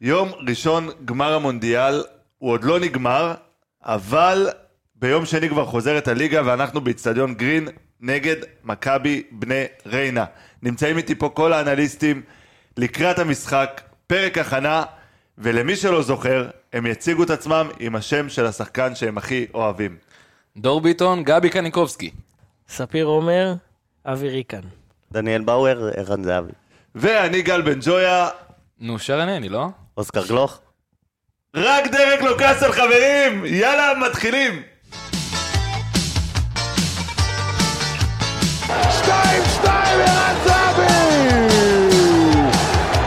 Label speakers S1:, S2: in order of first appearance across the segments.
S1: יום ראשון, גמר המונדיאל, הוא עוד לא נגמר, אבל ביום שני כבר חוזרת הליגה ואנחנו באיצטדיון גרין נגד מכבי בני ריינה. נמצאים איתי פה כל האנליסטים לקראת המשחק, פרק הכנה, ולמי שלא זוכר, הם יציגו את עצמם עם השם של השחקן שהם הכי אוהבים.
S2: דור ביטון, גבי קניקובסקי.
S3: ספיר עומר, אבי ריקן.
S4: דניאל באואר, ערן זהבי.
S1: ואני גל בן ג'ויה,
S2: נו, שרנני, לא?
S4: אוסקר גלוך?
S1: רק דרק לוקאסל חברים! יאללה, מתחילים!
S5: 2-2 ערן זהבי!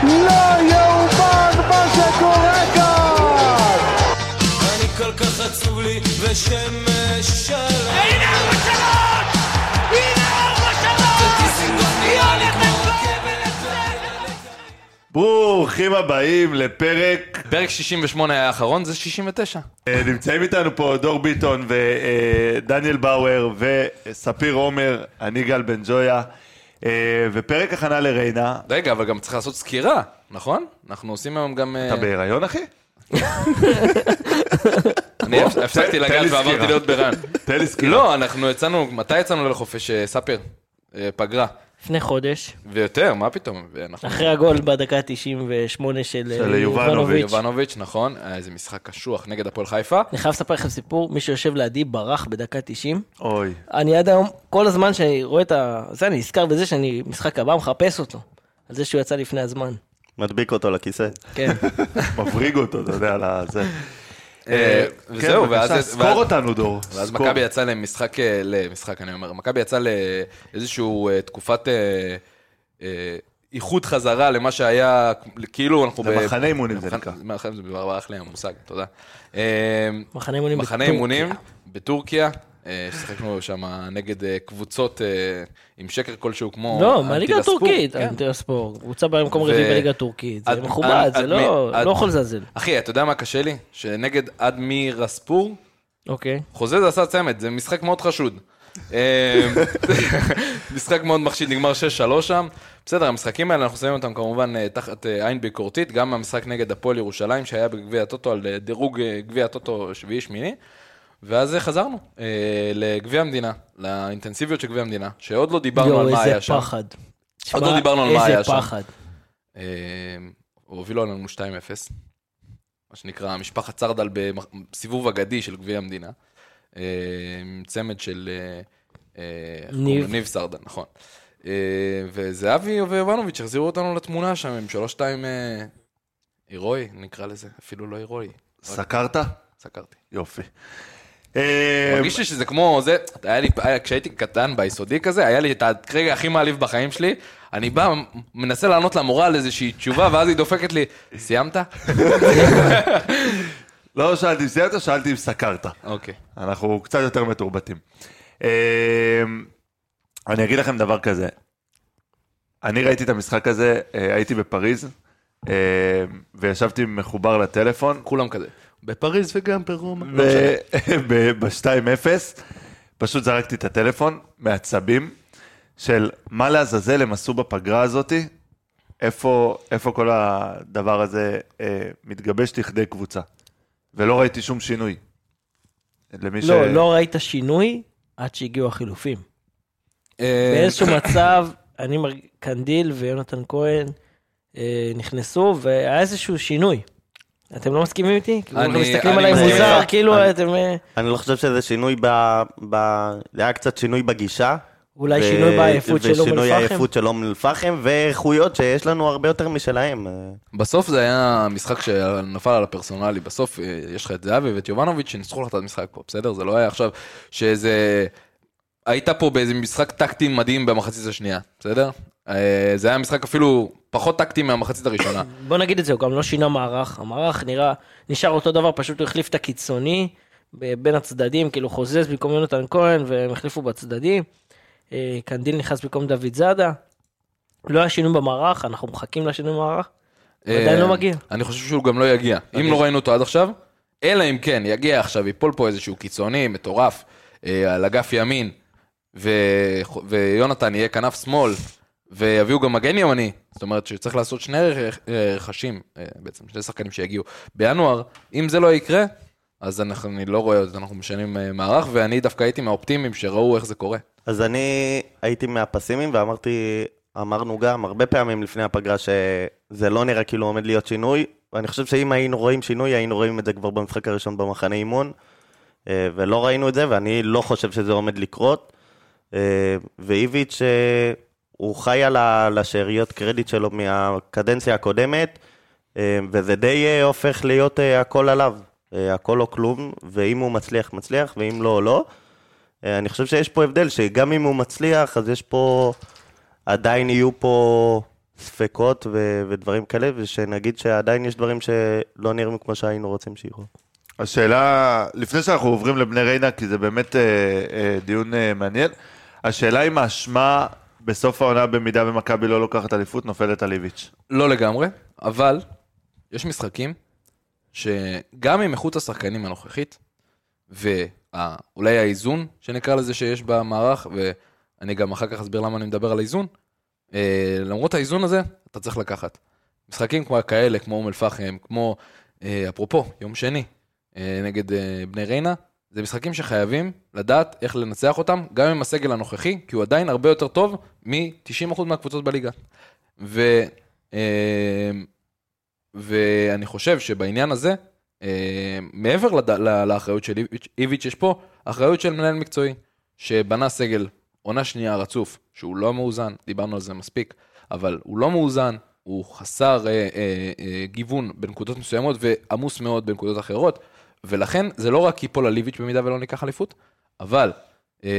S5: לא יאומן מה שקורה כאן!
S6: אני כל כך עצוב לי ושמש שלום.
S7: הנה ארבע שלוש! הנה ארבע שלוש! היא הולכת להם
S1: ברוכים הבאים לפרק.
S2: פרק 68 היה האחרון, זה 69.
S1: אה, נמצאים איתנו פה דור ביטון ודניאל באואר וספיר עומר, אני גל בן ג'ויה, אה, ופרק הכנה לריינה.
S2: רגע, אבל גם צריך לעשות סקירה, נכון? אנחנו עושים היום גם... אה,
S1: אתה בהיריון אחי?
S2: אני הפ- הפסקתי
S1: תן- תן לי
S2: לגעת
S1: סקירה.
S2: ועברתי להיות ברן.
S1: תן לי סקירה.
S2: לא, אנחנו יצאנו, מתי יצאנו לחופש, אה, ספיר? אה, פגרה.
S3: לפני חודש,
S2: ויותר, מה פתאום? ואנחנו...
S3: אחרי הגול בדקה ה-98 של
S1: של
S3: אה,
S1: יובנוביץ'.
S2: יובנוביץ', נכון, אה, איזה משחק קשוח נגד הפועל חיפה.
S3: אני חייב לספר לכם סיפור, מי שיושב לידי ברח בדקה 90.
S1: אוי.
S3: אני עד היום, כל הזמן שאני רואה את ה... זה, אני נזכר בזה שאני משחק הבא מחפש אותו. על זה שהוא יצא לפני הזמן.
S4: מדביק אותו לכיסא.
S3: כן.
S1: מבריג אותו, אתה יודע, לזה.
S2: אה, וזהו, ואז... ואז-
S1: כן, סקור אותנו, דור.
S2: ואז
S1: סקור.
S2: מכבי יצאה למשחק, אה, למשחק אני אומר, מכבי יצאה לאיזשהו אה, תקופת אה, אה, איחוד חזרה למה שהיה, כאילו אנחנו...
S1: למחנה אימונים זה
S2: למחנה-
S1: נקרא.
S2: מחנה- זה כבר ברח לי המושג, תודה. אה,
S3: מחנה אימונים
S2: מחנה
S3: בטורקיה. לא,
S2: אימונים בטורקיה. אה, ששיחקנו שם נגד אה, קבוצות אה, עם שקר כלשהו כמו...
S3: לא, מהליגה
S2: אנטידספור,
S3: הטורקית.
S2: כן.
S3: אנטרספורט. קבוצה במקום
S2: ו-
S3: רביעי בליגה הטורקית.
S2: עד-
S3: זה מכובד,
S2: עד-
S3: זה
S2: עד
S3: לא...
S2: מי- עד-
S3: לא יכול לזלזל.
S2: אחי, אתה יודע מה קשה לי? שנגד אדמיר אספור,
S3: אוקיי.
S2: חוזז עשה צמד, זה משחק מאוד חשוד. אה, משחק מאוד מחשיד, נגמר 6-3 שם. בסדר, המשחקים האלה, אנחנו שמים אותם כמובן אה, תחת אה, עין ביקורתית, גם המשחק נגד הפועל ירושלים שהיה בגביע הטוטו, על אה, דירוג אה, גביע הטוטו שביעי-שמיני. ואז אה, חזרנו אה, לגביע המדינה, לאינטנסיביות של גביע המדינה, שעוד לא דיברנו על מה
S3: יואו,
S2: היה
S3: איזה
S2: שם.
S3: פחד.
S2: עוד
S3: שמע,
S2: לא דיברנו על מה היה שם.
S3: איזה פחד.
S2: אה, הובילו עלינו 2-0, מה שנקרא משפחת סרדל בסיבוב אגדי של גביע המדינה, אה, עם צמד של אה, אה, איך
S3: ניב.
S2: קוראים לו? ניב סרדל, נכון. אה, וזהבי ויובנוביץ' החזירו אותנו לתמונה שם עם 3-2 אה, הירואי, נקרא לזה, אפילו לא הירואי,
S1: סקרת?
S2: סקרתי.
S1: יופי. אה,
S2: מרגיש לי שזה כמו זה, היה לי, היה, כשהייתי קטן ביסודי כזה, היה לי את הרגע הכי מעליב בחיים שלי, אני בא, מנסה לענות למורה על איזושהי תשובה, ואז היא דופקת לי, סיימת?
S1: לא שאלתי אם סיימת, שאלתי אם סקרת.
S2: אוקיי.
S1: אנחנו קצת יותר מתורבתים. אמ, אני אגיד לכם דבר כזה, אני ראיתי את המשחק הזה, אה, הייתי בפריז, אמ, וישבתי מחובר לטלפון,
S2: כולם כזה. בפריז וגם ברומא.
S1: ו- ב- ב-2-0, פשוט זרקתי את הטלפון, מעצבים, של מה לעזאזל הם עשו בפגרה הזאתי, איפה, איפה כל הדבר הזה אה, מתגבש לכדי קבוצה. ולא ראיתי שום שינוי. למי
S3: לא, לא ראית שינוי עד שהגיעו החילופים.
S4: אה,
S3: באיזשהו מצב, אני מרג... קנדיל ויונתן כהן אה, נכנסו, והיה איזשהו שינוי. אתם לא מסכימים איתי? כאילו,
S2: אני-
S3: אתם
S2: אני
S3: מסתכלים עליי
S2: מסכים
S3: מוזר,
S4: איתך.
S3: כאילו
S4: אני-
S3: אתם... אה,
S4: אני לא חושב שזה שינוי ב... ב... זה היה קצת שינוי בגישה.
S3: אולי שינוי בעייפות של אום
S4: ושינוי
S3: אל-פחם?
S4: העייפות של אום אל-פחם, ואיכויות שיש לנו הרבה יותר משלהם. אה,
S2: בסוף זה היה משחק שנפל על הפרסונלי. בסוף אה, יש לך את זהבי ואת יובנוביץ' שניצחו לך את המשחק פה, בסדר? זה לא היה עכשיו שאיזה... היית פה באיזה משחק טקטי מדהים במחצית השנייה, בסדר? אה, זה היה משחק אפילו פחות טקטי מהמחצית הראשונה.
S3: בוא נגיד את זה, הוא גם לא שינה מערך. המערך נראה, נשאר אותו דבר, פשוט הוא החליף את הקיצוני ב- בין הצדדים, כאילו חוזז במקום יונתן כהן, והם החליפו בצדדים. אה, קנדיל נכנס במקום דוד זאדה. לא היה שינוי במערך, אנחנו מחכים לשינוי במערך. הוא עדיין
S2: אה,
S3: לא מגיע. אוקיי.
S2: אני חושב שהוא גם לא יגיע. אם לא ראינו אותו עד עכשיו, אלא אם כן יגיע עכשיו, ייפול פה איזשהו קיצוני מטורף אה, על אגף ימין, ו- ויונתן יהיה כנף שמאל, ויביאו גם מגן ימני, זאת אומרת שצריך לעשות שני רכ- רכשים, אה, בעצם שני שחקנים שיגיעו בינואר, אם זה לא יקרה, אז אנחנו, אני לא רואה, את זה, אנחנו משנים אה, מערך, ואני דווקא הייתי מהאופטימיים שראו איך זה קורה.
S4: אז אני הייתי מהפסימיים ואמרתי, אמרנו גם הרבה פעמים לפני הפגרה שזה לא נראה כאילו עומד להיות שינוי, ואני חושב שאם היינו רואים שינוי, היינו רואים את זה כבר במשחק הראשון במחנה אימון, אה, ולא ראינו את זה, ואני לא חושב שזה עומד לקרות. אה, ואיביץ', אה, הוא חי על ה- על השאריות קרדיט שלו מהקדנציה הקודמת, אה, וזה די אה, הופך להיות אה, הכל עליו, אה, הכל או כלום, ואם הוא מצליח, מצליח, ואם לא, לא. אה, אני חושב שיש פה הבדל, שגם אם הוא מצליח, אז יש פה... עדיין יהיו פה ספקות ו- ודברים כאלה, ושנגיד שעדיין יש דברים שלא נראים כמו שהיינו רוצים שיראו.
S1: השאלה, לפני שאנחנו עוברים לבני ריינה, כי זה באמת אה, אה, דיון אה, מעניין, השאלה אם האשמה בסוף העונה, במידה ומכבי לא לוקחת אליפות, נופלת על איביץ'.
S2: לא לגמרי, אבל יש משחקים שגם עם איכות השחקנים הנוכחית, ואולי האיזון שנקרא לזה שיש במערך, ואני גם אחר כך אסביר למה אני מדבר על האיזון, אה, למרות האיזון הזה, אתה צריך לקחת. משחקים כמו כאלה, כמו אום אל-פחם, כמו, אה, אפרופו, יום שני, אה, נגד אה, בני ריינה, זה משחקים שחייבים לדעת איך לנצח אותם, גם עם הסגל הנוכחי, כי הוא עדיין הרבה יותר טוב מ-90% מהקבוצות בליגה. ו... אמ, ואני חושב שבעניין הזה, אמ, מעבר לד... ל- לאחריות של איביץ'- איביץ', יש פה אחריות של מנהל מקצועי, שבנה סגל עונה שנייה רצוף, שהוא לא מאוזן, דיברנו על זה מספיק, אבל הוא לא מאוזן, הוא חסר אה, אה, אה, גיוון בנקודות מסוימות ועמוס מאוד בנקודות אחרות, ולכן זה לא רק ייפול על איביץ' במידה ולא ניקח אליפות, אבל אה,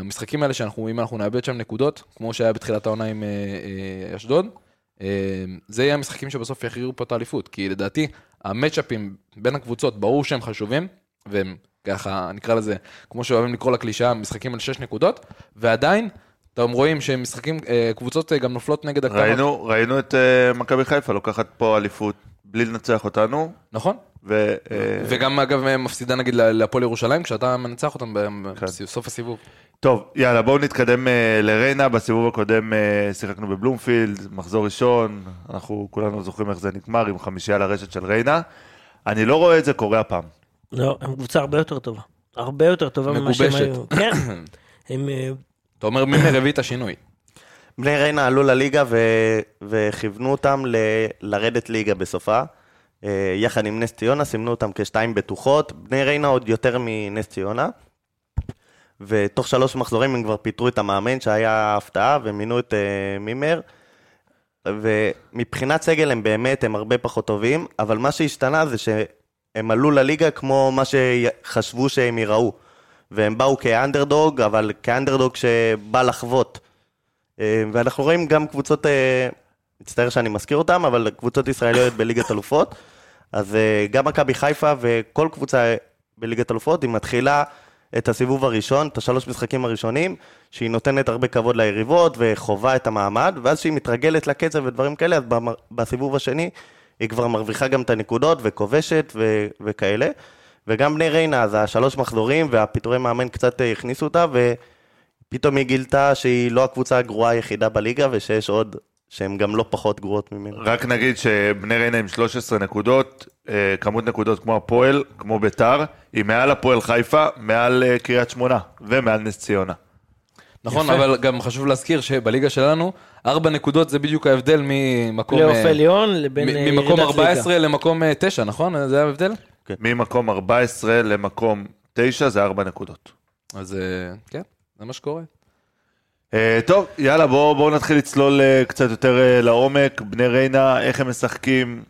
S2: המשחקים האלה שאנחנו, אם אנחנו נאבד שם נקודות, כמו שהיה בתחילת העונה עם אה, אה, אשדוד, אה, זה יהיה המשחקים שבסוף יכריעו פה את האליפות, כי לדעתי המצ'אפים בין הקבוצות, ברור שהם חשובים, והם ככה, נקרא לזה, כמו שאוהבים לקרוא לקלישאה, משחקים על 6 נקודות, ועדיין, אתם רואים שהם משחקים, אה, קבוצות אה, גם נופלות נגד הקטנות.
S1: ראינו, ראינו את אה, מכבי חיפה לוקחת פה אליפות בלי לנצח אותנו,
S2: נכון.
S1: ו... אה,
S2: וגם אגב מפסידה נגיד לה- להפועל ירושלים, כשאתה מנצח אותם בסוף הסיבוב.
S1: טוב, יאללה, בואו נתקדם אה, לריינה. בסיבוב הקודם אה, שיחקנו בבלומפילד, מחזור ראשון, אנחנו כולנו זוכרים איך זה נגמר, עם חמישייה לרשת של ריינה. אני לא רואה את זה קורה הפעם.
S3: לא, הם קבוצה הרבה יותר טובה. הרבה יותר טובה ממה שהם
S2: מגובשת.
S3: היו. כן. הם, אה,
S2: אתה אומר מי מרביא את השינוי.
S4: בני ריינה עלו לליגה ו... וכיוונו אותם ל... לרדת ליגה בסופה. אה, יחד עם נס ציונה, סימנו אותם כשתיים בטוחות. בני ריינה עוד יותר מנס ציונה. ותוך שלוש מחזורים הם כבר פיטרו את המאמן שהיה הפתעה ומינו את אה, מימר. ומבחינת סגל הם באמת, הם הרבה פחות טובים, אבל מה שהשתנה זה שהם עלו לליגה כמו מה שחשבו שהם ייראו. והם באו כאנדרדוג, אבל כאנדרדוג שבא לחוות. אה, ואנחנו רואים גם קבוצות, אה, מצטער שאני מזכיר אותן, אבל קבוצות ישראליות בליגת אלופות. אז אה, גם מכבי חיפה וכל קבוצה בליגת אלופות, היא מתחילה את הסיבוב הראשון, את השלוש משחקים הראשונים, שהיא נותנת הרבה כבוד ליריבות וחווה את המעמד, ואז שהיא מתרגלת לקצב ודברים כאלה, אז במ- בסיבוב השני היא כבר מרוויחה גם את הנקודות וכובשת ו- וכאלה. וגם בני ריינה, אז השלוש מחזורים והפיטורי מאמן קצת אה, הכניסו אותה, ו... פתאום היא גילתה שהיא לא הקבוצה הגרועה היחידה בליגה, ושיש עוד שהן גם לא פחות גרועות ממנה.
S1: רק נגיד שבני ריינה עם 13 נקודות, אה, כמות נקודות כמו הפועל, כמו ביתר, היא מעל הפועל חיפה, מעל אה, קריית שמונה ומעל נס ציונה.
S2: נכון, אבל גם חשוב להזכיר שבליגה שלנו, ארבע נקודות זה בדיוק ההבדל ממקום...
S3: פלייאוף
S2: אה,
S3: עליון לבין אה,
S2: מ-
S3: ירידת
S2: ממקום
S3: ליגה.
S2: 14 למקום 9, נכון? זה ההבדל?
S1: ממקום 14 למקום 9 זה 4 נקודות.
S2: אז אה, כן, זה מה שקורה.
S1: אה, טוב, יאללה, בואו בוא נתחיל לצלול אה, קצת יותר אה, לעומק. בני ריינה, איך הם משחקים?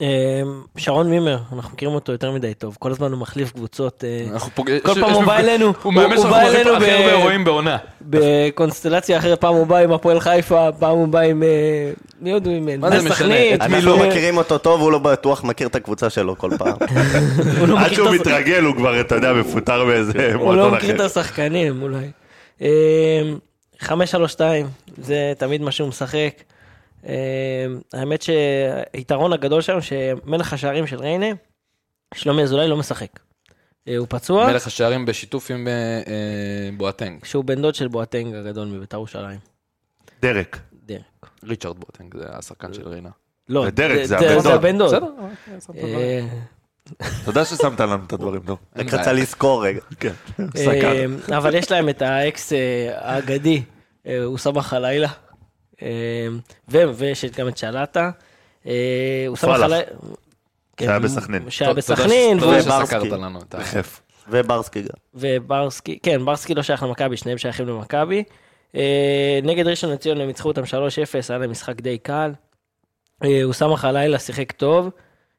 S3: אה, שרון מימר, אנחנו מכירים אותו יותר מדי טוב. כל הזמן הוא מחליף קבוצות. אה,
S2: אנחנו פוגעים...
S3: כל פעם הוא בא אלינו,
S2: הוא מאמן שאנחנו הכי
S3: ב-
S2: הכי הרבה אירועים בעונה.
S3: בקונסטלציה אחרת, פעם הוא בא עם הפועל חיפה, פעם הוא בא עם... אה, מי עוד הוא אימן?
S2: מה זה
S3: נס
S2: משנה?
S3: סכנין.
S2: את מי
S4: אנחנו
S3: אה,
S4: מכירים אותו טוב, הוא לא בטוח מכיר את הקבוצה שלו כל פעם.
S3: הוא לא
S1: עד
S3: מכיר
S1: שהוא
S3: את הש-
S1: מתרגל הוא כבר, אתה יודע, מפוטר באיזה
S3: הוא לא
S1: מועדון
S3: מכיר את
S1: אחר.
S3: השחקנים אולי. אה, 5-3-2, זה תמיד מה שהוא משחק. אה, האמת שהיתרון הגדול שם, שמלך השערים של ריינה, שלומי אזולאי לא משחק. אה, הוא פצוע,
S2: מלך השערים בשיתוף עם אה, אה, בואטנג.
S3: שהוא בן דוד של בואטנג הגדול מביתר ירושלים.
S1: דרק.
S3: דרק.
S2: ריצ'רד בוטנג, זה השחקן של ריינה.
S3: לא,
S1: זה דרק,
S3: ד-
S1: זה
S3: ד-
S1: הבן דוד.
S3: הבן דוד.
S2: בסדר.
S3: אה,
S1: תודה ששמת לנו את הדברים, נו.
S4: רק רצה לזכור רגע.
S1: כן.
S3: אה, אבל יש להם את האקס אה, האגדי, אה, הוא סמך הלילה. אה, ו- ויש גם את שלטה. אה, הוא סמך
S1: פלאח.
S3: הלילה. כן,
S1: שהיה בסכנין.
S3: שהיה
S2: טוב, תודה
S3: בסכנין,
S2: ש- תודה
S3: והוא-
S4: וברסקי.
S2: שסקרת לנו את ה...
S1: בכיף.
S4: וברסקי גם.
S3: וברסקי, כן, ברסקי לא שייך למכבי, שניהם שייכים למכבי. אה, נגד ראשון לציון הם ניצחו אותם 3-0, היה להם משחק די קל. אה, הוא סמך הלילה, שיחק טוב.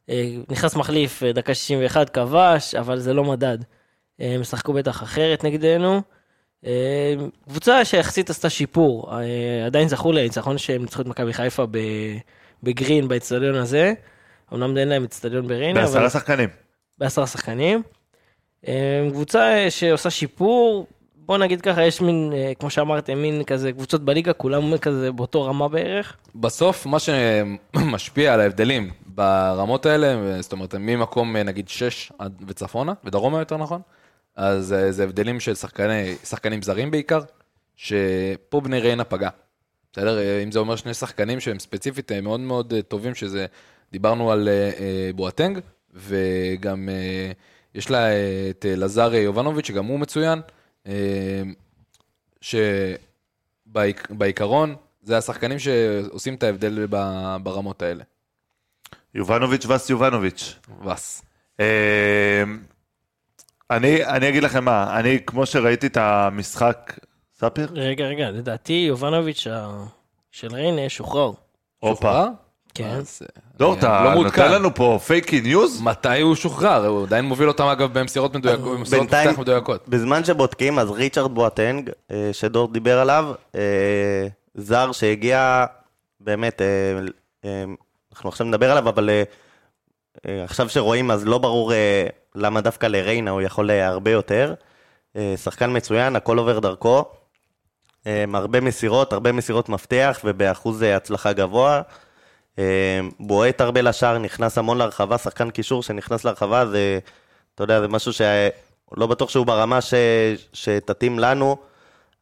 S3: אה, נכנס מחליף, אה, דקה 61 כבש, אבל זה לא מדד. אה, הם שחקו בטח אחרת נגדנו. אה, קבוצה שיחסית עשתה שיפור, אה, עדיין זכו לניצחון שהם ניצחו את מכבי חיפה ב- בגרין, באצטדיון הזה. אמנם אין להם אצטדיון בריינה, אבל...
S1: בעשרה שחקנים.
S3: בעשרה שחקנים. אה, קבוצה אה, שעושה שיפור, בוא נגיד ככה, יש מין, אה, כמו שאמרתם, מין כזה קבוצות בליגה, כולם כזה באותו רמה בערך.
S2: בסוף, מה שמשפיע על ההבדלים ברמות האלה, זאת אומרת, ממקום אה, נגיד 6 וצפונה, ודרומה יותר נכון, אז אה, זה הבדלים של שחקני, שחקנים זרים בעיקר, שפה בני ריינה פגע. בסדר? אה, אם זה אומר שני שחקנים שהם ספציפית אה, מאוד מאוד אה, טובים, שזה, דיברנו על אה, אה, בואטנג, וגם אה, יש לה אה, את אה, לזר אה, יובנוביץ', שגם הוא מצוין, אה, ש... בעיק- בעיקרון, זה השחקנים שעושים את ההבדל ב- ברמות האלה.
S1: יובנוביץ' וס יובנוביץ'.
S2: וס.
S1: אה, אני אני אגיד לכם מה, אני כמו שראיתי את המשחק, ספיר?
S3: רגע, רגע, לדעתי יובנוביץ' ה- של ריינה שוחרר.
S1: הופה.
S3: כן.
S2: אז, אה,
S1: דור,
S2: אני
S1: אתה
S2: לא מעודכן.
S1: נותן לנו פה פייקי ניוז?
S2: מתי הוא שוחרר? הוא עדיין מוביל אותם, אגב, במסירות
S3: אה,
S2: מדויקות, במסירות
S4: בינתיים-
S2: מפתח מדויקות.
S4: בזמן שבודקים, אז ריצ'רד בואטנג, אה, שדור דיבר עליו, אה, זר שהגיע, באמת, אה, אה, אנחנו עכשיו נדבר עליו, אבל אה, אה, עכשיו שרואים, אז לא ברור אה, למה דווקא לריינה הוא יכול אה, הרבה יותר. אה, שחקן מצוין, הכל עובר דרכו. אה, הרבה מסירות, הרבה מסירות מפתח, ובאחוז אה, הצלחה גבוה. אה, בועט הרבה לשער, נכנס המון להרחבה, שחקן קישור שנכנס להרחבה, זה, אתה יודע, זה משהו שלא בטוח שהוא ברמה ש, שתתאים לנו,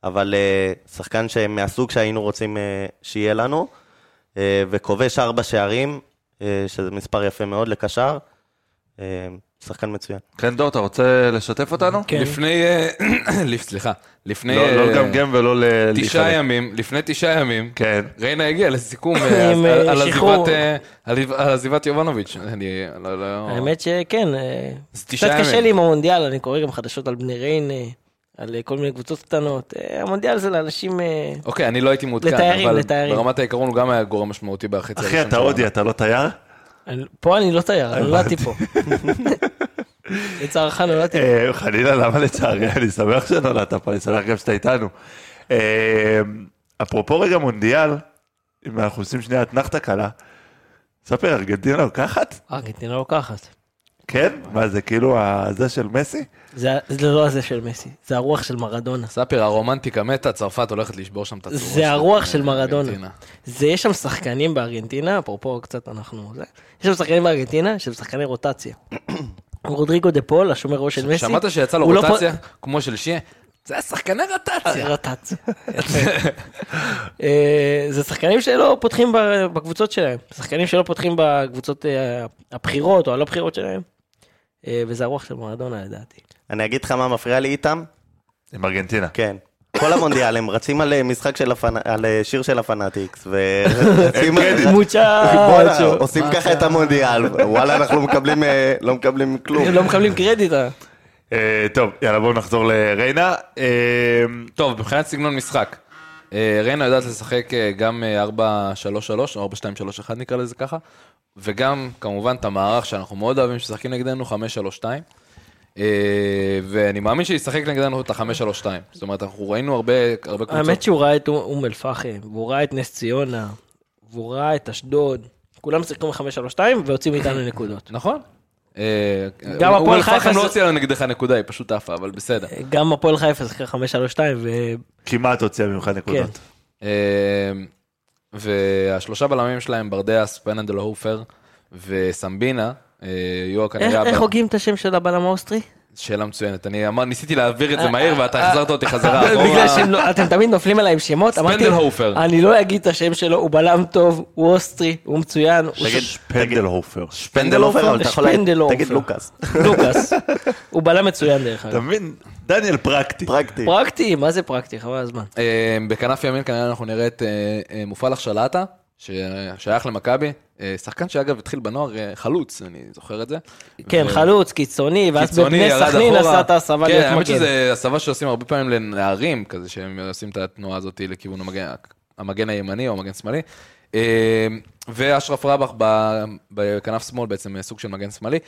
S4: אבל אה, שחקן מהסוג שהיינו רוצים אה, שיהיה לנו, אה, וכובש ארבע שערים, אה, שזה מספר יפה מאוד לקשר, אה, שחקן מצוין.
S1: כן, דור, אתה רוצה לשתף אותנו?
S3: כן.
S2: לפני... אה, לפ- סליחה. לפני...
S1: לא לא
S2: אה,
S1: לגמגם ולא ל-
S2: תשעה
S1: להיחלק.
S2: ימים, לפני תשעה ימים,
S1: כן.
S2: ריינה הגיעה לסיכום אה,
S3: עם,
S2: על- על
S3: אה, שחרור.
S2: עזיבת, אה, על- על עזיבת יובנוביץ'. אני לא... לא-
S3: האמת שכן, אה,
S2: אז
S3: קצת
S2: תשעה
S3: קשה
S2: ימים.
S3: לי עם המונדיאל, אני קורא גם חדשות על בני ריינה, על אה, כל מיני קבוצות קטנות. אה, המונדיאל זה לאנשים... אה,
S2: אוקיי, אני לא הייתי מעודכן,
S3: לתיירים,
S2: אבל
S3: לתיירים.
S2: ברמת העיקרון הוא גם היה גורם משמעותי בחצי הראשון.
S1: אחי, אתה
S2: של
S1: הודי, אתה לא תייר?
S3: אני- פה אני לא תייר, אני נולדתי פה. לצערך נולדתי פה.
S1: אה, חלילה, למה לצערי? אני שמח שנולדת פה, אני שמח גם שאתה איתנו. אה, אפרופו רגע מונדיאל, אם אנחנו עושים שנייה אתנחתא קלה, ספר, ארגנטינה לוקחת?
S3: ארגנטינה לוקחת.
S1: כן? מה זה כאילו ה- זה של מסי?
S3: זה זה לא הזה של מסי, זה הרוח של מרדונה.
S2: ספיר, הרומנטיקה מתה, צרפת הולכת לשבור שם את הצורה. אה,
S3: זה הרוח של מרדונה.
S2: ארגנטינה.
S3: זה, יש שם שחקנים בארגנטינה, אפרופו קצת אנחנו... זה, יש שם שחקנים בארגנטינה שהם שחקני רוטציה. רודריגו דה פול, השומר ראש של מסי.
S2: שמעת שיצא לו
S3: הוא לא אה,
S2: רוטציה, כמו של שיה? זה היה שחקני
S3: פ-
S2: רוטציה.
S3: רוטציה. אה, זה שחקנים שלא פותחים ב- בקבוצות שלהם. שחקנים שלא פותחים בקבוצות אה, הבחירות או הלא בחירות שלהם. אה, וזה הרוח של מרדונה לדעתי.
S4: אני אגיד לך מה מפריע לי איתם?
S1: עם ארגנטינה.
S4: כן. כל המונדיאל, הם רצים על אה, משחק של הפנ- על אה, שיר של הפנאטיקס, ורצים...
S3: אה,
S4: בואנה,
S3: מוצ'ה.
S4: עושים ככה את המונדיאל, וואלה, אנחנו לא מקבלים, אה, לא מקבלים כלום.
S3: לא מקבלים קרדיט. אה.
S1: אה, טוב, יאללה, בואו נחזור לריינה. אה,
S2: טוב, מבחינת סגנון משחק. אה, ריינה יודעת לשחק אה, גם אה, 4-3-3, או 4-2-3-1 נקרא לזה ככה, וגם כמובן את המערך שאנחנו מאוד אוהבים ששחקים נגדנו, 5-3-2. אה, ואני מאמין שישחק נגדנו את ה-5-3-2. זאת אומרת, אנחנו ראינו הרבה הרבה קבוצות
S3: האמת שהוא ראה את אום- אום אל-פחם, והוא ראה את נס ציונה, והוא ראה את אשדוד. כולם שיחקו מ-5-3-2 והוציאו מאיתנו נקודות.
S2: נכון. אה,
S3: גם
S2: הוא-
S3: הפועל
S2: הוא
S3: חיפה
S2: לפחם לא
S3: זה-
S2: הוציאה לנו נגדך נקודה, היא פשוט עפה, אבל בסדר.
S3: גם הפועל חיפה שיחקה 5-3-2, וכן.
S1: כמעט הוציאה ממך נקודות.
S2: אה, והשלושה בלמים שלהם, ברדס, פננדל הופר וסמבינה, אה, יהיו
S3: איך
S2: כנראה...
S3: אה, איך
S2: הב-
S3: הוגים את השם של הבלם האוסטרי?
S2: שאלה מצוינת. אני אמר, ניסיתי להעביר את זה מהר, ואתה החזרת אותי חזרה
S3: אה, בגלל
S2: אחורה.
S3: שאתם תמיד נופלים עליי עם שמות, אמרתי,
S2: ספנדלהופר.
S3: אני לא אגיד את השם שלו, הוא בלם טוב, הוא אוסטרי, הוא מצוין, הוא
S4: תגיד,
S1: פנדלהופר.
S4: שפנדלופר, אבל אתה יכול להגיד,
S3: שפנדלהופר.
S4: תגיד לוקאס.
S3: לוקאס. הוא בלם מצוין דרך
S1: אתה
S3: אגב.
S1: מבין? דניאל פרקטי.
S4: פרקטי.
S3: פרקטי, מה זה פרקטי? חבל הזמן.
S2: אה, בכנף ימין כנראה אנחנו נראה את אה, אה, מופלח שלטה, ששייך למכבי. אה, שחקן שאגב התחיל בנוער אה, חלוץ, אני זוכר את זה.
S3: כן,
S2: ו-
S3: חלוץ, קיצוני, ואז
S2: קיצוני,
S3: בבני
S2: ירד
S3: סכנין
S2: אחורה.
S3: עשה את ההסבה
S2: כן,
S3: להיות
S2: האמת
S3: מגן.
S2: שזו הסבה שעושים הרבה פעמים לנערים, כזה שהם עושים את התנועה הזאת לכיוון המגן, המגן הימני או המגן שמאלי. אה, ואשרף רבח ב- בכנף שמאל, בעצם סוג של מגן שמאלי.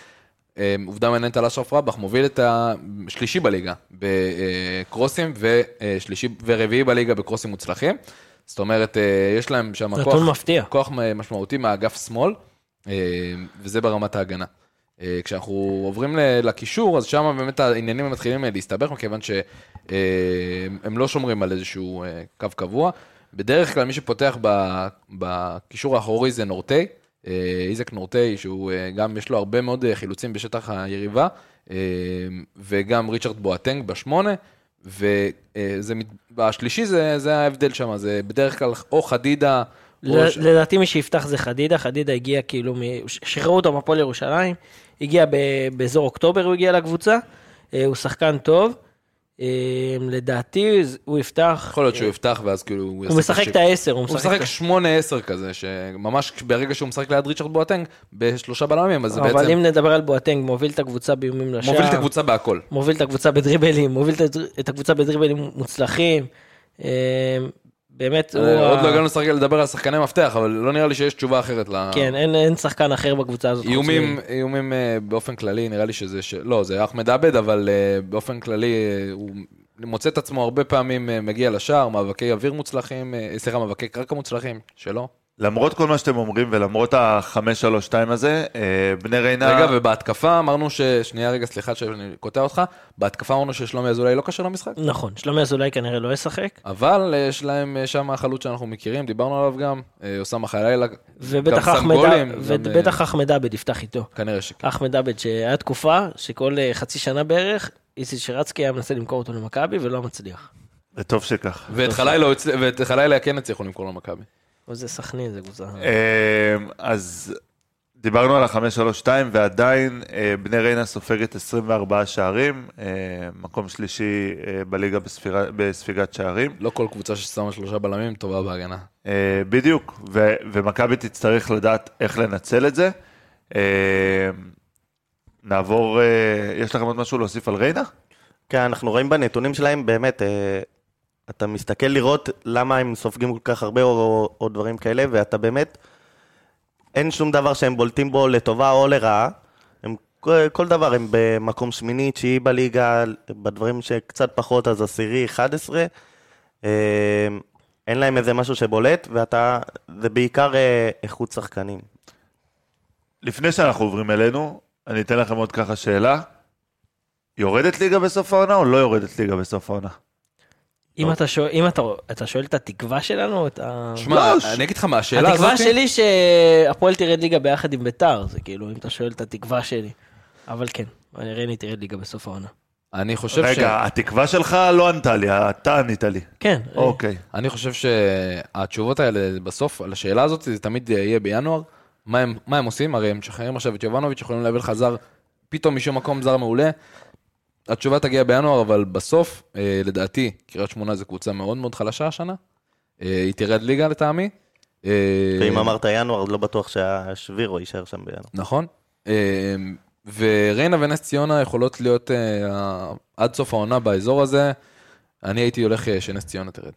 S2: אה, עובדה מעניינת על אשרף רבח, מוביל את השלישי בליגה בקרוסים, ושלישי ורביעי בליגה בקרוסים מוצלחים. זאת אומרת, אה, יש להם שם
S3: נתון
S2: כוח...
S3: מפתיע.
S2: כוח משמעותי מהאגף שמאל, אה, וזה ברמת ההגנה. אה, כשאנחנו עוברים ל- לקישור, אז שם באמת העניינים מתחילים אה, להסתבך, מכיוון שהם לא שומרים על איזשהו אה, קו קבוע. בדרך כלל מי שפותח ב- בקישור האחורי זה נורטי, אה, איזק נורטי, שהוא אה, גם יש לו הרבה מאוד אה, חילוצים בשטח היריבה, אה, וגם ריצ'רד בואטנג בשמונה. אה, והשלישי זה, זה ההבדל שם, זה בדרך כלל או חדידה או
S3: ל-
S2: ש-
S3: לדעתי מי שיפתח זה חדידה, חדידה הגיע כאילו, מ- ש- שחררו אותו מהפועל ירושלים, הגיע ב- באזור אוקטובר, הוא הגיע לקבוצה, אה, הוא שחקן טוב, אה, לדעתי ז- הוא יפתח,
S2: יכול להיות שהוא יפתח ואז כאילו... יעשה
S3: אה, הוא משחק
S2: שיפ-
S3: את העשר, הוא
S2: הוא
S3: משחק
S2: משחק 8-10
S3: את
S2: כזה, שממש ברגע שהוא משחק ליד ריצ'רד בואטנג, בשלושה בלמים, אז זה
S3: אבל
S2: בעצם
S3: אם נדבר על בואטנג, מוביל את הקבוצה באיומים לשער,
S2: מוביל את הקבוצה בהכל.
S3: מוביל את הקבוצה בדריבלים, מוביל את הדר- את הקבוצה בדריבלים מוצלחים, אה, באמת, הוא...
S2: עוד
S3: ה-
S2: לא הגענו לשחק לדבר על שחקני מפתח, אבל לא נראה לי שיש תשובה אחרת ל...
S3: כן, אין- אין שחקן אחר בקבוצה הזאת. חוץ
S2: איומים, איומים אה, באופן כללי, נראה לי שזה... ש- לא, זה אחמד עבד, אבל אה, באופן כללי אה, הוא מוצא את עצמו הרבה פעמים אה, מגיע לשער, מאבקי אוויר מוצלחים, אה, סליחה, מאבקי קרקע מוצלחים, שלא.
S1: למרות כל מה שאתם אומרים ולמרות ה-532 הזה, אה, בני ריינה...
S2: רגע, ובהתקפה אמרנו ש... שנייה, רגע, סליחה שאני קוטע אותך. בהתקפה אמרנו ששלומי אזולאי לא קשר למשחק?
S3: נכון, שלומי אזולאי כנראה לא ישחק.
S2: אבל אה, יש להם אה, שם החלוץ שאנחנו מכירים, דיברנו עליו גם, אה, אוסאמה חלילה, גם
S3: ובטח
S2: שם
S3: אחמד
S2: גולים,
S3: ע-
S2: גם, אה,
S3: ובטח אחמד עבד יפתח איתו.
S2: כנראה שכן.
S3: אחמד עבד שהיה תקופה שכל אה, חצי שנה בערך, איציק שרצקי היה מנסה למכור אותו למכבי ולא מצליח.
S1: וטוב שכך.
S2: ואת חלילה, הוא הצל- ואת חלילה כן הצליחו למכור למכבי.
S3: אבל זה סכנין, זה קבוצה.
S1: אה, אז דיברנו על ה-532, ועדיין אה, בני ריינה סופגת 24 שערים, אה, מקום שלישי אה, בליגה בספירה- בספיגת שערים.
S2: לא כל קבוצה ששמה שלושה בלמים טובה בהגנה.
S1: אה, בדיוק, ו- ומכבי תצטרך לדעת איך לנצל את זה. אה, נעבור, אה, יש לכם עוד משהו להוסיף על ריינה?
S4: כן, אנחנו רואים בנתונים שלהם, באמת, אה, אתה מסתכל לראות למה הם סופגים כל כך הרבה או, או, או דברים כאלה, ואתה באמת, אין שום דבר שהם בולטים בו לטובה או לרעה. הם, כל, כל דבר, הם במקום שמיני, תשיעי בליגה, בדברים שקצת פחות, אז עשירי, 11. אה, אין להם איזה משהו שבולט, ואתה, זה בעיקר אה, איכות שחקנים.
S1: לפני שאנחנו עוברים אלינו, אני אתן לכם עוד ככה שאלה. יורדת ליגה בסוף העונה או לא יורדת ליגה בסוף העונה?
S3: אם אתה שואל, אם אתה, אתה שואל את התקווה שלנו, את ה...
S2: שמע, אני אגיד לך מה, השאלה הזאת...
S3: לא, התקווה שלי שהפועל תרד ליגה ביחד עם ביתר, זה כאילו, אם אתה שואל את התקווה שלי. אבל כן, אני ריינה תרד ליגה בסוף העונה.
S2: אני חושב ש...
S1: רגע, התקווה שלך לא ענתה לי, אתה ענית לי.
S3: כן,
S1: אוקיי.
S2: אני חושב שהתשובות האלה בסוף, על השאלה הזאת, זה תמיד יהיה בינואר. מה הם, מה הם עושים? הרי הם משחררים עכשיו את יובנוביץ', יכולים להביא לך זר, פתאום משום מקום זר מעולה. התשובה תגיע בינואר, אבל בסוף, אה, לדעתי, קריית שמונה זו קבוצה מאוד מאוד חלשה השנה. אה, היא תרד ליגה לטעמי. אה,
S4: ואם אמרת ינואר, אז לא בטוח שהשבירו יישאר שם בינואר.
S2: נכון. אה, וריינה ונס ציונה יכולות להיות אה, ה- עד סוף העונה באזור הזה. אני הייתי הולך אה, שנס ציונה תרד.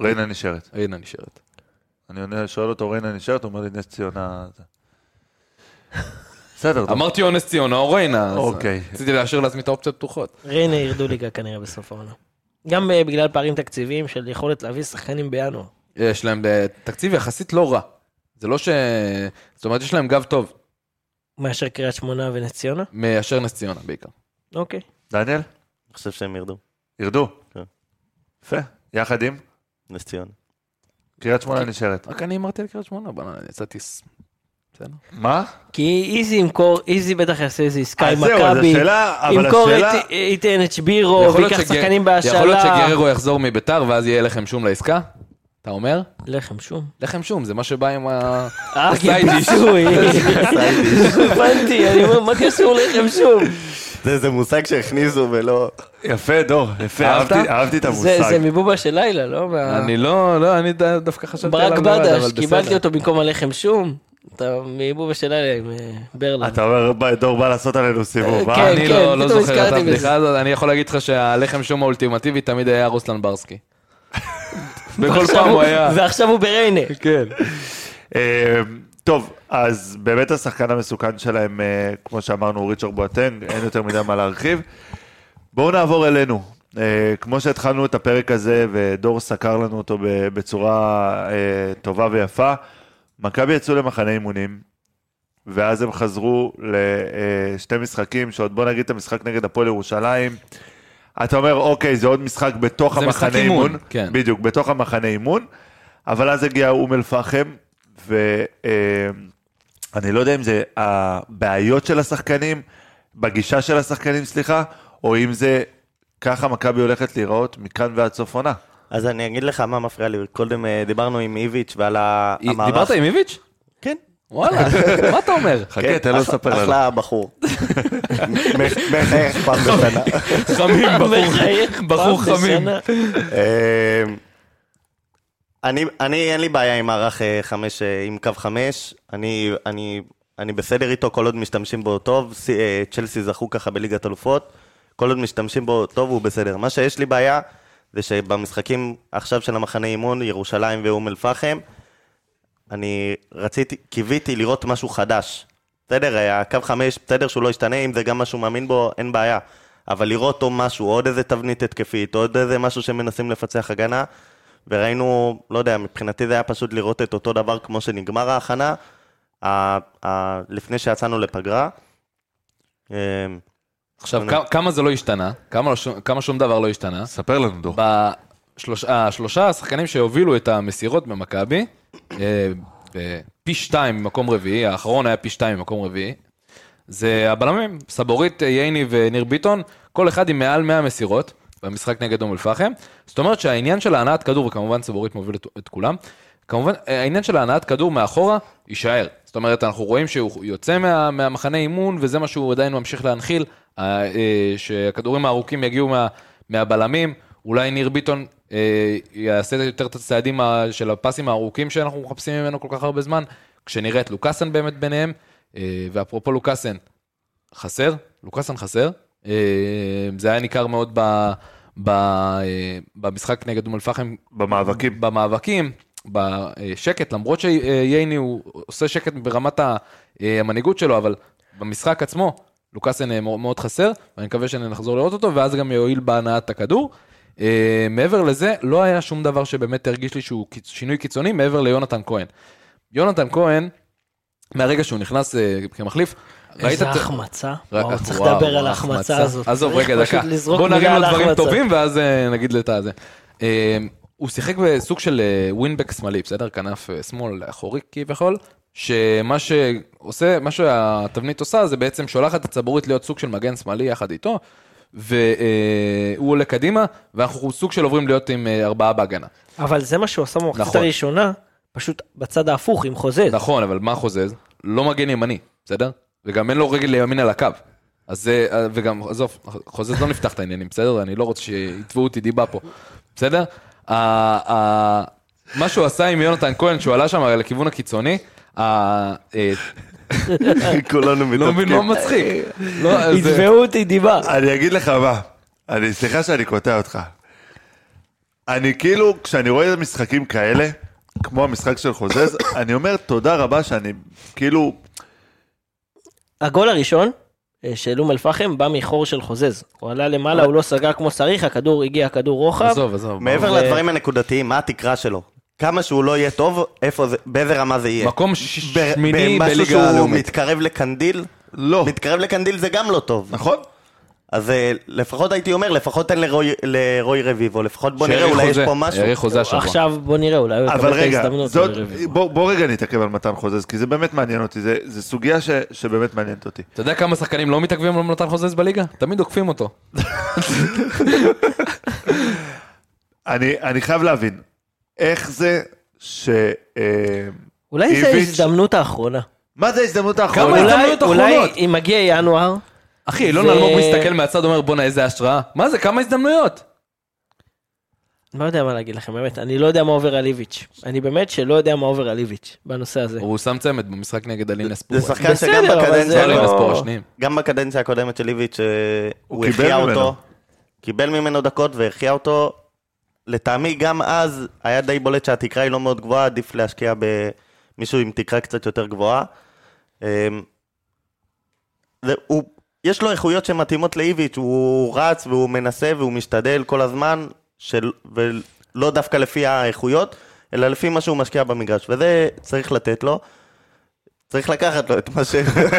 S1: ריינה נשארת.
S2: ריינה נשארת.
S1: אני עונה, שואל אותו, ריינה נשארת? הוא אומר לי, נס ציונה... זה." בסדר, טוב.
S2: אמרתי או נס ציונה או ריינה. אז
S1: אוקיי.
S2: רציתי להשאיר לעצמי את האופציות פתוחות.
S3: ריינה ירדו ליגה כנראה בסוף העונה. גם אה, בגלל פערים תקציביים של יכולת להביא שחקנים בינואר.
S2: יש להם אה, תקציב יחסית לא רע. זה לא ש... זאת אומרת, יש להם גב טוב
S3: מאשר קריית שמונה ונס ציונה?
S2: מאשר נס ציונה בעיקר.
S3: אוקיי.
S1: דניאל,
S4: אני חושב שהם ירדו,
S1: ירדו.
S4: כן.
S1: יפה. יחד עם
S4: נס ציונה.
S1: קריית שמונה נשארת.
S2: רק אני אמרתי על קריית שמונה, בוא'נה, אני יצאתי ס- בסדר.
S1: מה?
S3: כי איזי ימכור, איזי בטח יעשה
S2: אה,
S3: איזה עסקה
S1: אז
S3: עם
S1: אה, זהו, אז
S3: מכבי.
S1: השאלה- אבל
S3: ימכור
S1: השאלה-
S3: את- איתן את שבירו,
S2: יכול להיות
S3: ויקח
S2: שגר-
S3: שחקנים
S2: יכול להיות
S3: בהשאלה.
S2: שגררו יחזור מביתר ואז יהיה לחם שום לעסקה? אתה אומר?
S3: לחם שום.
S2: לחם שום, זה מה שבא עם ה...
S3: אה,
S2: הסיידיש.
S3: גיבוי. הבנתי, אני אומר, מה קשור לחם שום?
S4: זה איזה מושג שהכניסו ולא...
S1: יפה, דור, יפה,
S2: אהבת?
S1: אהבתי- אהבתי את
S3: זה
S1: המושג.
S3: זה מבובה של לילה, לא? מה-
S2: אני לא, לא, אני ד- דווקא חשבתי עליו
S3: ברק
S2: לבד, אבל
S3: בדש,
S2: בסדר.
S3: קיבלתי אותו במקום הלחם שום. אתה מבובה של לילה עם אה, ברלנד.
S1: אתה אומר, "בא, דור בא לעשות עלינו סיבוב,
S3: אה,
S1: אה?
S3: כן.
S2: אני לא, לא
S3: פתאום
S2: זוכר את
S3: הזכרתי
S2: הבדיחה
S3: בזה.
S2: הזאת, אני יכול להגיד לך שהלחם שום האולטימטיבי תמיד היה רוסלן ברסקי. בכל
S3: ועכשיו
S2: פעם הוא היה.
S3: ועכשיו הוא בריינה.
S2: כן.
S1: אה, טוב, אז באמת השחקן המסוכן שלהם, אה, כמו שאמרנו, הוא ריצ'ר בואטנג, אין יותר מדי מה להרחיב. בואו נעבור אלינו. אה, כמו שהתחלנו את הפרק הזה, ודור סקר לנו אותו ב- בצורה אה, טובה ויפה, מכבי יצאו למחנה אימונים, ואז הם חזרו לשתי משחקים, שעוד בוא נגיד את המשחק נגד הפועל ירושלים. אתה אומר, אוקיי, זה עוד משחק בתוך
S2: זה משחק
S1: המחנה
S2: אימון,
S1: אימון.
S2: כן.
S1: בדיאוק, בתוך המחנה אימון. אבל אז הגיע אום אל-פחם, ואני לא יודע אם זה הבעיות של השחקנים, בגישה של השחקנים, סליחה, או אם זה ככה מכבי הולכת להיראות מכאן ועד סוף עונה.
S4: אז אני אגיד לך מה מפריע לי. קודם אה, דיברנו עם איביץ' ועל ה- המערך.
S2: דיברת עם איביץ'?
S4: כן.
S2: וואלה, מה אתה אומר?
S1: חכה, תן לו
S4: אחלה-
S1: לספר לנו.
S4: אחלה בחור. לא מח- מחייך פעם בשנה.
S2: חמים,
S3: מחייך
S2: בחור
S3: פעם
S2: חמים.
S3: בשנה.
S4: אה, אני, אני, אין לי בעיה עם מערך אה, חמש, אה, עם קו חמש. אני, אני, אני בסדר איתו כל עוד משתמשים בו טוב. סי- אה, צ'לסי זכו ככה בליגת אלופות. כל עוד משתמשים בו טוב, הוא בסדר. מה שיש לי בעיה, זה שבמשחקים עכשיו של המחנה אימון, ירושלים ואום אל-פחם, אני רציתי, קיוויתי לראות משהו חדש. בסדר, היה קו חמש, בסדר שהוא לא ישתנה, אם זה גם מה שהוא מאמין בו, אין בעיה. אבל לראות אותו משהו, עוד איזה תבנית התקפית, עוד איזה משהו שמנסים לפצח הגנה, וראינו, לא יודע, מבחינתי זה היה פשוט לראות את אותו דבר כמו שנגמר ההכנה, ה- ה- לפני שיצאנו לפגרה. אה,
S2: עכשיו,
S4: אני-
S2: כמה- כמה זה לא השתנה? כמה לא שום- כמה שום דבר לא השתנה?
S1: ספר לנו, דור.
S2: בשלושה השלושה השחקנים שהובילו את המסירות במכבי, אה, אה, פי שתיים ממקום רביעי, האחרון היה פי שתיים ממקום רביעי, זה הבלמים, סבורית, אה, ייני וניר ביטון, כל אחד עם מעל 100 מסירות במשחק נגד אום אל-פחם. זאת אומרת שהעניין של ההנעת כדור, וכמובן סבורית מוביל את, את כולם, כמובן, אה, העניין של ההנעת כדור מאחורה יישאר. זאת אומרת, אנחנו רואים שהוא יוצא מה, מהמחנה אימון, וזה מה שהוא עדיין ממשיך להנחיל, אה, אה, שהכדורים הארוכים יגיעו מה, מהבלמים, אולי ניר ביטון אה, יעשה יותר את הצעדים ה- של הפסים הארוכים שאנחנו מחפשים ממנו כל כך הרבה זמן, כשנראה את לוקאסן באמת ביניהם. אה, ואפרופו לוקאסן, חסר, לוקאסן חסר. אה, זה היה ניכר מאוד ב, ב, אה, במשחק נגד אום אל-פחם.
S1: במאבקים.
S2: במאבקים, בשקט, למרות שייני הוא עושה שקט ברמת ה- אה, המנהיגות שלו, אבל במשחק עצמו, לוקאסן אה, מאוד מאוד חסר, ואני מקווה שנחזור לראות אותו, ואז גם יועיל בהנעת הכדור. אה, מעבר לזה, לא היה שום דבר שבאמת הרגיש לי שהוא קיצ- שינוי קיצוני, מעבר ליונתן כהן. יונתן כהן, מהרגע שהוא נכנס אה, כמחליף, ראית
S3: איזה
S2: את...
S3: החמצה.
S2: ר-
S3: וואו, צריך
S2: וואו,
S3: לדבר על
S2: ההחמצה.
S3: ההחמצה הזאת.
S2: עזוב,
S3: צריך
S2: רגע,
S3: פשוט
S2: דקה.
S3: לזרוק
S2: בוא נרים
S3: מילה
S2: לו
S3: על
S2: דברים
S3: ההחמצה.
S2: טובים, ואז אה, נגיד לו את הזה. אה, הוא שיחק בסוג של אה, ווינבק שמאלי, בסדר? כנף אה, שמאל אחורי כביכול. שמה שעושה, מה שהתבנית עושה, זה בעצם שולחת את צבורית להיות סוג של מגן שמאלי יחד איתו, והוא עולה קדימה, ואנחנו סוג של עוברים להיות עם אה, ארבעה בהגנה.
S3: אבל זה מה שהוא עשה במחצית
S2: נכון.
S3: הראשונה, פשוט בצד ההפוך, עם חוזז.
S2: נכון, אבל מה חוזז? לא מגן ימני, בסדר? וגם אין לו רגל לימין על הקו. אז זה, אה, וגם, עזוב, חוזז לא נפתח את העניינים, בסדר? אני לא רוצה שיתבעו אותי דיבה פה, בסדר? ה- ה- מה שהוא עשה עם יונתן כהן, שהוא עלה שם לכיוון הקיצוני, ה- אה,
S4: כולנו
S2: לא מבין מה
S4: מתעסקים.
S2: מצחיק. לא, זה-
S3: יתבעו אותי דיבה.
S1: אני אגיד לך מה, אני, סליחה שאני קוטע אותך. אני כאילו, כשאני רואה משחקים כאלה, כמו המשחק של חוזז, אני אומר תודה רבה שאני, כאילו,
S3: הגול הראשון אה, של אום אל-פחם בא מחור של חוזז. הוא עלה למעלה, הוא לא סגר כמו שצריך, הכדור הגיע, הכדור רוחב.
S2: עזוב, עזוב.
S4: מעבר
S3: ו-
S4: לדברים הנקודתיים, מה התקרה שלו? כמה שהוא לא יהיה טוב, איפה זה, באיזה רמה זה יהיה?
S2: מקום
S4: ב-
S2: שמיני
S4: במשהו
S2: בליגה
S4: שהוא
S2: הלאומית.
S4: מתקרב לקנדיל?
S1: לא.
S4: מתקרב לקנדיל זה גם לא טוב.
S1: נכון?
S4: אז אה, לפחות הייתי אומר, לפחות תן לרוי, לרוי רביבו, לפחות בוא נראה,
S2: שיאריך
S4: אולי יש
S2: חוזה,
S4: פה משהו.
S2: שיאריך חוזה השבוע.
S3: עכשיו בוא נראה, אולי הוא
S1: אבל
S3: יקבל את
S1: רגע,
S3: ההזדמנות.
S1: זאת,
S3: אולי רביבו.
S1: בוא, בוא רגע נתעכב על מתן חוזז, כי זה באמת מעניין אותי, זה, זה סוגיה ש, שבאמת מעניינת אותי.
S2: אתה יודע כמה שחקנים לא מתעכבים על מתן חוזז בליגה? תמיד עוקפים אותו.
S1: אני, אני חייב להבין, איך זה ש... אה,
S3: אולי זו
S1: איביץ'-
S3: ההזדמנות האחרונה.
S1: מה זה ההזדמנות
S2: כמה
S1: האחרונה?
S3: אולי-
S2: הזדמנויות
S3: אולי
S2: אחרונות?
S3: אם מגיע ינואר,
S2: אחי, אילון
S3: זה-
S2: אלמוג מסתכל מהצד אומר בואנה איזה השראה. מה זה, כמה הזדמנויות?
S3: לא יודע מה להגיד לכם, באמת, אני לא יודע מה עובר על איביץ'. אני באמת שלא יודע מה עובר על איביץ' בנושא הזה.
S2: הוא שם צמד במשחק נגד אלינס
S4: זה
S2: פורס.
S4: שחקן
S3: בסדר,
S4: שגם
S3: אבל
S4: בקדנציה,
S3: זה
S2: לא אלינס
S3: לא-
S2: פורס, שניים.
S4: גם בקדנציה הקודמת של איביץ', אה, הוא
S1: קיבל
S4: החיה
S1: ממנו.
S4: אותו, קיבל ממנו דקות והחיה אותו. לטעמי גם אז היה די בולט שהתקרה היא לא מאוד גבוהה, עדיף להשקיע במישהו עם תקרה קצת יותר גבוהה. אמ, זה- הוא, יש לו איכויות שמתאימות לאיביץ', הוא רץ והוא מנסה והוא משתדל כל הזמן, של, ולא דווקא לפי האיכויות, אלא לפי מה שהוא משקיע במגרש, וזה צריך לתת לו. צריך לקחת לו את מה, ש...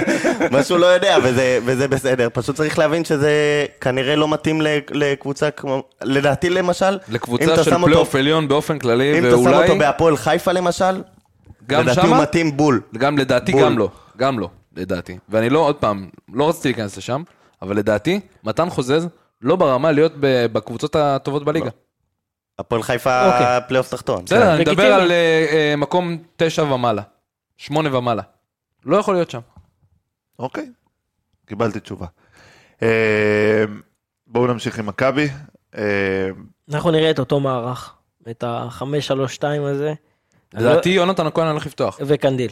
S4: מה שהוא לא יודע, וזה, וזה בסדר. פשוט צריך להבין שזה כנראה לא מתאים ל- לקבוצה כמו... לדעתי למשל, אם
S2: לקבוצה
S4: אתה
S2: של
S4: שם
S2: פלייאוף
S4: אותו,
S2: עליון באופן כללי,
S4: אם אתה שם
S2: ואולי
S4: אותו בהפועל חיפה למשל,
S2: גם
S4: לדעתי הוא
S2: שמה,
S4: מתאים בול.
S2: גם לדעתי
S4: בול.
S2: גם לא, גם לא, לדעתי. ואני לא, עוד פעם, לא רציתי להיכנס לשם, אבל לדעתי, מתן חוזז לא ברמה להיות ב- בקבוצות הטובות
S4: לא.
S2: בליגה.
S4: הפועל חיפה
S3: אוקיי.
S4: פלייאוף תחתון. כן.
S2: בסדר, אני
S3: לגיטימי.
S2: מדבר על אה, אה, מקום תשע ומעלה, שמונה ומעלה. לא יכול להיות שם.
S1: אוקיי, קיבלתי תשובה. אה, בואו נמשיך עם מכבי. אה,
S3: אנחנו נראה את אותו מערך, את ה-532 הזה,
S4: לא-
S2: לדעתי יונתן כהן הולך לפתוח.
S3: וקנדיל,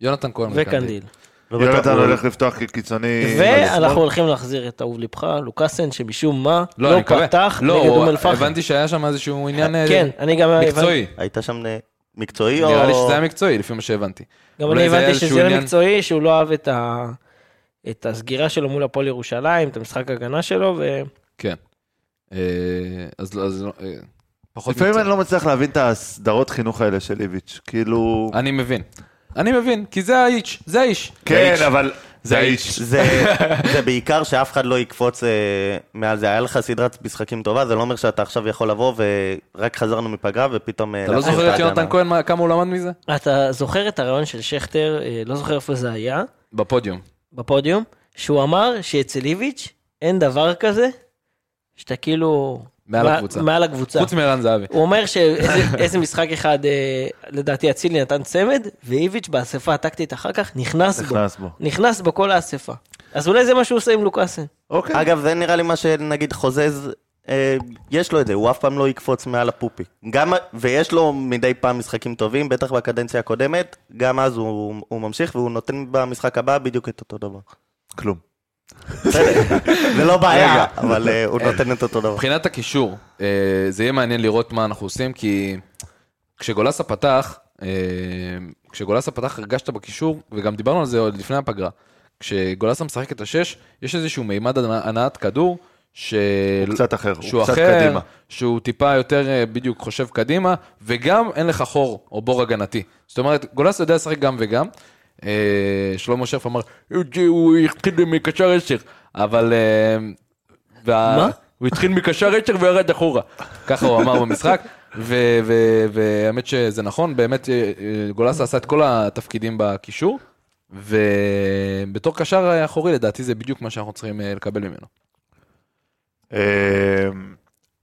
S2: יונתן כהן
S3: וקנדיל.
S4: לא
S1: יונתן הולך לפתוח
S2: אה,
S1: כקיצוני.
S3: ואנחנו הולכים להחזיר את אהוב לבך, לוקאסן, שמשום מה
S2: לא,
S3: לא
S2: אני מקווה.
S3: פתח
S2: לא,
S3: נגד
S2: הוא-
S3: אום אל-פחם.
S2: הבנתי שהיה שם איזשהו עניין אה,
S3: כן, אני גם
S2: מקצועי.
S4: היית שם אה, מקצועי או...
S2: נראה לי שזה היה מקצועי, לפי מה שהבנתי.
S3: גם
S2: אולי
S3: אני
S2: זה היה
S3: הבנתי שזה
S2: איזשהו
S3: עניין
S2: עניין-
S3: מקצועי, שהוא לא אהב את ה... את הסגירה שלו מול הפועל ירושלים, את המשחק הגנה שלו, ואני
S2: כן. אה, אז לא, אז לא, אה, פחות
S1: לפעמים
S2: מקצועי.
S1: אני לא מצליח להבין את הסדרות חינוך האלה של איביץ', כאילו...
S2: אני מבין. אני מבין, כי זה האיש, זה האיש.
S1: כן, אבל... זה לא האיש.
S4: זה, זה בעיקר שאף אחד לא יקפוץ אה, מעל זה. היה לך סדרת משחקים טובה, זה לא אומר שאתה עכשיו יכול לבוא ורק חזרנו מפגרה ופתאום... אה,
S2: אתה לא זוכר את יונתן כהן, מה- כמה הוא למד מזה?
S3: אתה זוכר את הרעיון של שכטר, אה, לא זוכר איפה זה היה,
S2: בפודיום.
S3: בפודיום, שהוא אמר שאצל איביץ' אין דבר כזה שאתה כאילו...
S2: מעל
S3: מה-
S2: הקבוצה.
S3: מעל הקבוצה.
S2: חוץ מערן זהבי.
S3: הוא אומר שאיזה איזה משחק אחד, אה, לדעתי אצילי נתן צמד, ואיביץ' באספה הטקטית אחר כך נכנס
S2: נכון.
S3: בו.
S1: נכנס בו.
S3: נכנס בו כל האספה. אז אולי זה מה שהוא עושה עם לוקאסן.
S1: אוקיי.
S4: אגב, זה נראה לי מה שנגיד חוזז, אה, יש לו את זה, הוא אף פעם לא יקפוץ מעל הפופי. גם, ויש לו מדי פעם משחקים טובים, בטח בקדנציה הקודמת, גם אז הוא, הוא ממשיך והוא נותן במשחק הבא בדיוק את אותו דבר.
S1: כלום.
S4: בסדר, זה לא בעיה, אבל אה, הוא נותן את אותו דבר.
S2: מבחינת הקישור, אה, זה יהיה מעניין לראות מה אנחנו עושים, כי כשגולסה פתח, אה, כשגולסה פתח הרגשת בקישור, וגם דיברנו על זה עוד לפני הפגרה, כשגולסה משחק את השש, יש איזשהו מימד הנ- הנעת כדור, ש...
S1: הוא קצת אחר, הוא
S2: שהוא
S1: קצת
S2: אחר,
S1: קדימה.
S2: שהוא טיפה יותר אה, בדיוק חושב קדימה, וגם אין לך חור או בור הגנתי. זאת אומרת, גולסה יודע לשחק גם וגם. אה, שלמה שרף אמר, "הוא- הוא התחיל מקשר עשר, אבל... אה, וה...
S3: מה?
S2: הוא התחיל מקשר עשר וירד אחורה. ככה הוא אמר במשחק, ו- ו- והאמת שזה נכון, באמת אה, אה, גולסה עשה את כל התפקידים בקישור, ובתור קשר אחורי לדעתי זה בדיוק מה שאנחנו צריכים אה, לקבל ממנו.
S1: אה,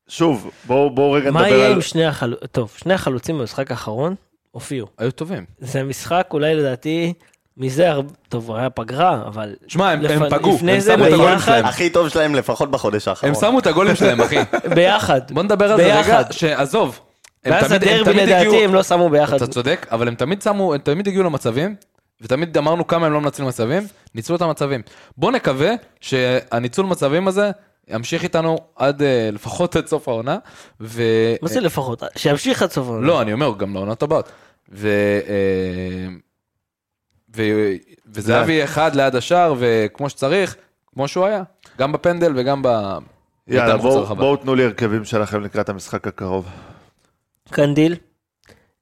S1: שוב, בואו בואו רגע
S3: מה
S1: נדבר
S3: יהיה
S1: על...
S3: עם שני החלוצים, טוב, שני החלוצים במשחק האחרון הופיעו.
S2: היו טובים.
S3: זה משחק אולי לדעתי, מזה הרבה, טוב, היה פגרה, אבל...
S2: שמע, הם- הם
S3: לפ-
S2: פגעו, הם
S3: לפני זה
S2: שמו את הגולים
S3: ביחד,
S2: שלהם.
S4: הכי טוב שלהם לפחות בחודש האחרון.
S2: הם שמו את הגולים שלהם, אחי.
S3: ביחד.
S2: בוא נדבר על זה רגע,
S3: ביחד.
S2: שעזוב. הם
S3: ואז
S2: תמיד- הם
S3: הדרבי
S2: תמיד הגיעו-
S3: לדעתי הם לא שמו ביחד.
S2: אתה צודק, אבל הם תמיד שמו, הם תמיד הגיעו למצבים, ותמיד אמרנו כמה הם לא מנצלים מצבים, ניצלו את המצבים. בוא נקווה שהניצול מצבים הזה ימשיך איתנו עד אה, לפחות עד סוף העונה, ו... אה,
S3: מה זה לפחות? שימשיך עד סוף העונה.
S2: לא, אני אומר, גם לעונות הבאות. ו... אה, ו... וזהבי אחד ליד השער, וכמו שצריך, כמו שהוא היה, גם בפנדל וגם ב...
S1: יאללה,
S2: בעיטה מחוץ
S1: בואו
S2: לרחבה.
S1: בואו תנו לי הרכבים שלכם לקראת המשחק הקרוב.
S3: קנדיל.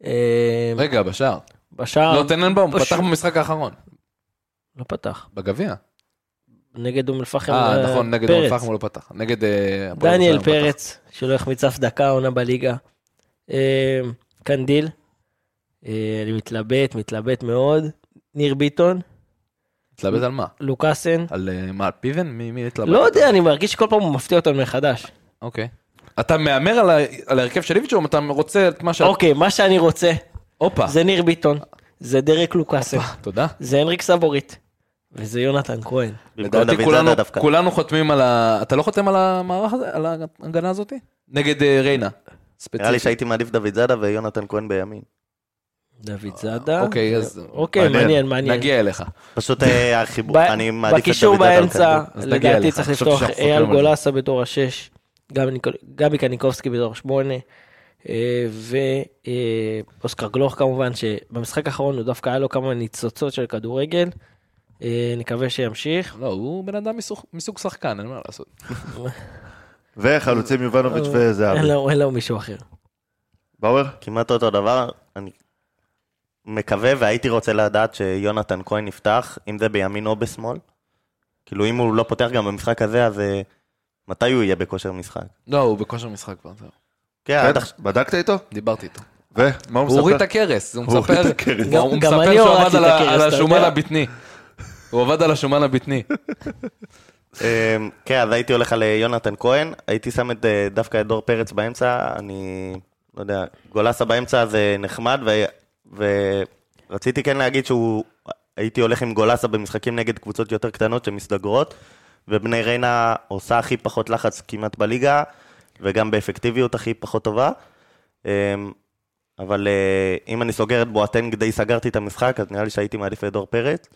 S3: אה,
S2: רגע, בשער.
S3: בשער.
S2: לא, טננבאום,
S3: פשוט-
S2: פתח במשחק האחרון,
S3: לא פתח.
S2: בגביע.
S3: נגד אום אל-פחם.
S2: אה, נכון, נגד אום
S3: פרץ.
S2: אל-פחם הוא לא פתח. נגד... אה, הפועל
S3: דניאל
S2: ירושלים הוא פתח.
S3: פרץ, שלא החמיץ אף דקה עונה בליגה. אה, קנדיל, אה, אני מתלבט, מתלבט מאוד. ניר ביטון,
S2: התלבט על מה?
S3: לוקאסן.
S2: על אה, מה? על פיבן? מי מי התלבט?
S3: לא יודע, אני מרגיש שכל פעם הוא מפתיע אותנו מחדש.
S2: אוקיי. אתה מהמר על ה- על ההרכב של איביץ' או אתה רוצה את מה ש...
S3: אוקיי, מה שאני רוצה
S2: הופה.
S3: זה ניר ביטון, זה דרק לוקאסן,
S2: תודה.
S3: זה הנריק סבורית, וזה יונתן כהן.
S4: במקום
S2: לדעתי
S4: דוד זאדה
S2: כולנו-
S4: דווקא.
S2: כולנו חותמים על ה... אתה לא חותם על המערך הזה? על ההגנה הזאת? נגד אה, ריינה.
S4: נראה לי
S2: ספציפית.
S4: שהייתי מעדיף דוד זאדה ויונתן כהן בימין.
S3: דוד זאדה.
S2: אוקיי, אז
S3: אוקיי,
S1: מעניין.
S3: מעניין, מעניין.
S2: נגיע אליך.
S4: פשוט אה, החיבור,
S3: ב-
S4: אני מעדיף את
S3: בקישור
S4: דוד זאדה. על
S3: באמצע,
S4: קנדיל.
S2: אז נגיע
S3: לדעתי
S2: אליך.
S3: צריך
S2: חשבתי
S3: לפתוח
S2: שאנחנו חותמים
S3: אייל
S2: על זה.
S3: גולסה בתור השש, גם ניקול- גבי קניקובסקי בתור שמונה, אה, ואוסקר גלוך כמובן, שבמשחק האחרון הוא דווקא היה לו כמה ניצוצות של כדורגל, אה, נקווה שימשיך.
S2: לא, הוא בן אדם מסוג- מסוג שחקן, אין מה לעשות.
S1: וחלוצים יובנוביץ' וזהבי.
S3: אין לו- אין לו מישהו אחר.
S1: באואר?
S4: כמעט אותו דבר, אני מקווה והייתי רוצה לדעת שיונתן כהן יפתח, אם זה בימין או בשמאל. כאילו אם הוא לא פותח גם במשחק הזה, אז אה, מתי הוא יהיה בכושר משחק?
S2: לא, הוא בכושר משחק כבר, זהו.
S4: כן, עד עכשיו.
S1: בדקת איתו?
S2: דיברתי איתו.
S1: ומה
S2: הוא
S1: הוא
S2: הוריד את
S1: מספר?
S2: הכרס, הוא
S1: הוא
S2: מספר,
S1: הוריד את הכרס.
S2: הוא
S3: גם- גם
S2: מספר
S3: אני
S2: שהוא
S3: הורדתי
S2: עבד על
S3: את
S2: ה-
S3: הכרס,
S2: על
S3: אתה
S2: השומן
S3: יודע?
S2: הבטני. הוא עבד על השומן הבטני.
S4: אה, כן, אז הייתי הולך על אה, יונתן כהן, הייתי שם את, אה, דווקא את דור פרץ באמצע, אני לא יודע, גולסה באמצע זה נחמד, ו- ורציתי כן להגיד שהוא, הייתי הולך עם גולסה במשחקים נגד קבוצות יותר קטנות שמסתגרות, ובני ריינה עושה הכי פחות לחץ כמעט בליגה, וגם באפקטיביות הכי פחות טובה. אה, אבל אה, אם אני סוגר את בואטנג די סגרתי את המשחק, אז נראה לי שהייתי מעדיף את דור פרץ.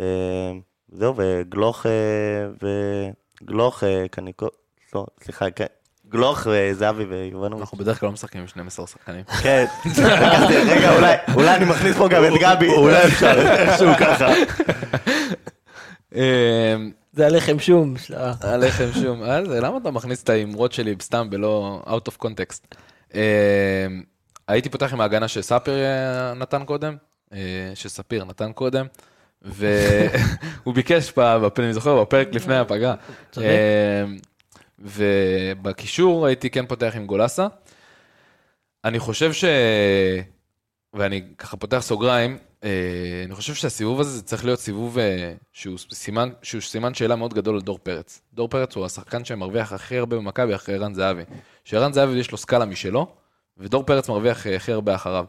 S4: אה, זהו, וגלוך, אה, וגלוך, אה, קניקו, לא, סליחה, כן. גלוך, אה, זהבי ויובנוביץ'.
S2: אנחנו בדרך כלל לא משחקים עם 12 שחקנים.
S4: כן, לקחתי, רגע, אולי, אולי אני מכניס פה גם את גבי.
S1: אולי אפשר, איכשהו ככה.
S2: אה,
S3: זה הלחם שום. של ה-
S2: הלחם שום, אה, זה- למה אתה מכניס את האמרות שלי סתם בלא out of context? אה, הייתי פותח עם ההגנה שספיר אה, נתן קודם, אה, שספיר נתן קודם, והוא ביקש, ב- בפ- אני זוכר, בפרק לפני הפגרה.
S3: צודק.
S2: אה, ובקישור הייתי כן פותח עם גולסה. אני חושב ש... ואני ככה פותח סוגריים, אה, אני חושב שהסיבוב הזה זה צריך להיות סיבוב אה, שהוא סימן, שהוא סימן שאלה מאוד גדול לדור פרץ. דור פרץ הוא השחקן שמרוויח הכי הרבה במכבי אחרי ערן זהבי. שערן זהבי יש לו סקאלה משלו, ודור פרץ מרוויח אה, הכי הרבה אחריו.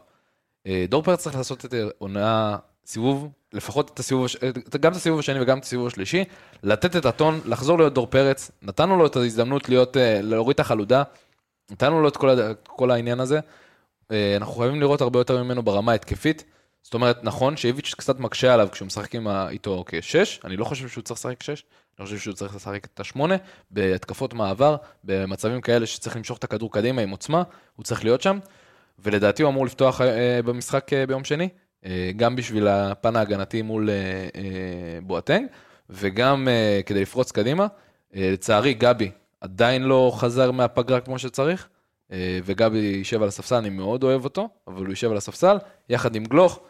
S2: אה, דור פרץ צריך לעשות את העונה, סיבוב, לפחות את הסיבוב, הש- את- גם את הסיבוב השני וגם את הסיבוב השלישי, לתת את הטון, לחזור להיות דור פרץ, נתנו לו את ההזדמנות להיות, אה, להוריד את החלודה, נתנו לו את כל, הד- כל העניין הזה. אה, אנחנו חייבים לראות הרבה יותר ממנו ברמה ההתקפית. זאת אומרת, נכון שאיביץ' קצת מקשה עליו כשהוא משחק עם ה- איתו כשש, אני לא חושב שהוא צריך לשחק שש, אני חושב שהוא צריך לשחק את השמונה, בהתקפות מעבר, במצבים כאלה שצריך למשוך את הכדור קדימה עם עוצמה, הוא צריך להיות שם. ולדעתי הוא אמור לפתוח אה, במשחק אה, ביום שני, אה, גם בשביל הפן ההגנתי מול אה, אה, בואטנג, וגם אה, כדי לפרוץ קדימה. אה, לצערי, גבי עדיין לא חזר מהפגרה כמו שצריך, אה, וגבי יישב על הספסל, אני מאוד אוהב אותו, אבל הוא יישב על הספסל, יחד עם גלוך.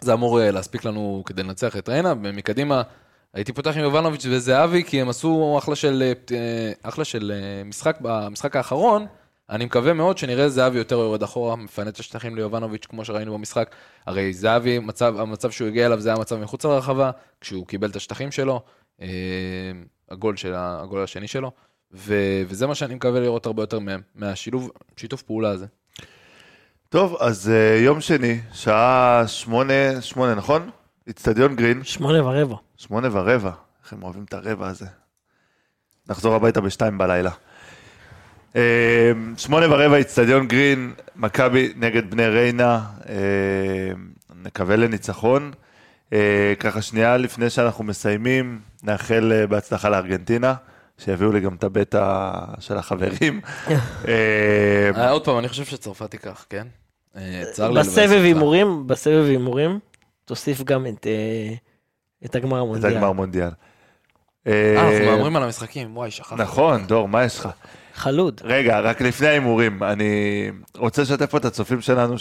S2: זה אמור אה, להספיק לנו כדי לנצח את ריינה, ומקדימה הייתי פותח עם יובנוביץ' וזהבי, כי הם עשו אחלה של, אה, פת- אה, אחלה של אה, משחק במשחק האחרון. אני מקווה מאוד שנראה זהבי יותר יורד אחורה, מפנה את השטחים ליובנוביץ' כמו שראינו במשחק. הרי זהבי, מצב, המצב שהוא הגיע אליו זה היה מצב מחוץ לרחבה, כשהוא קיבל את השטחים שלו, אה, הגול, של, ה- הגול השני שלו, ו, וזה מה שאני מקווה לראות הרבה יותר מהם, מהשילוב, שיתוף פעולה הזה.
S1: טוב, אז אה, יום שני, שעה שמונה, שמונה, נכון? אצטדיון גרין,
S3: שמונה ורבע.
S1: שמונה ורבע. איך הם אוהבים את הרבע הזה. נחזור הביתה בשתיים בלילה. אה, שמונה ורבע, אצטדיון גרין, מכבי נגד בני ריינה. אה, נקווה לניצחון. אה, ככה שנייה לפני שאנחנו מסיימים, נאחל אה, בהצלחה לארגנטינה. שיביאו לי גם את הבטא של החברים. אה,
S2: אה, עוד פעם, אני חושב שצרפת תיקח, כן? אה, צר לי לבאס
S3: בסבב
S2: אותך.
S3: הימורים, בסבב הימורים, תוסיף גם את, אה, את הגמר
S1: את
S3: המונדיאל.
S1: הגמר מונדיאל.
S2: אה,
S1: אה,
S2: אנחנו מהמרים על המשחקים, וואי, שכחתי.
S1: נכון, דור, מה יש לך?
S3: חלוד.
S1: רגע, רק לפני ההימורים, אני רוצה לשתף פה את אה, הצופים שלנו,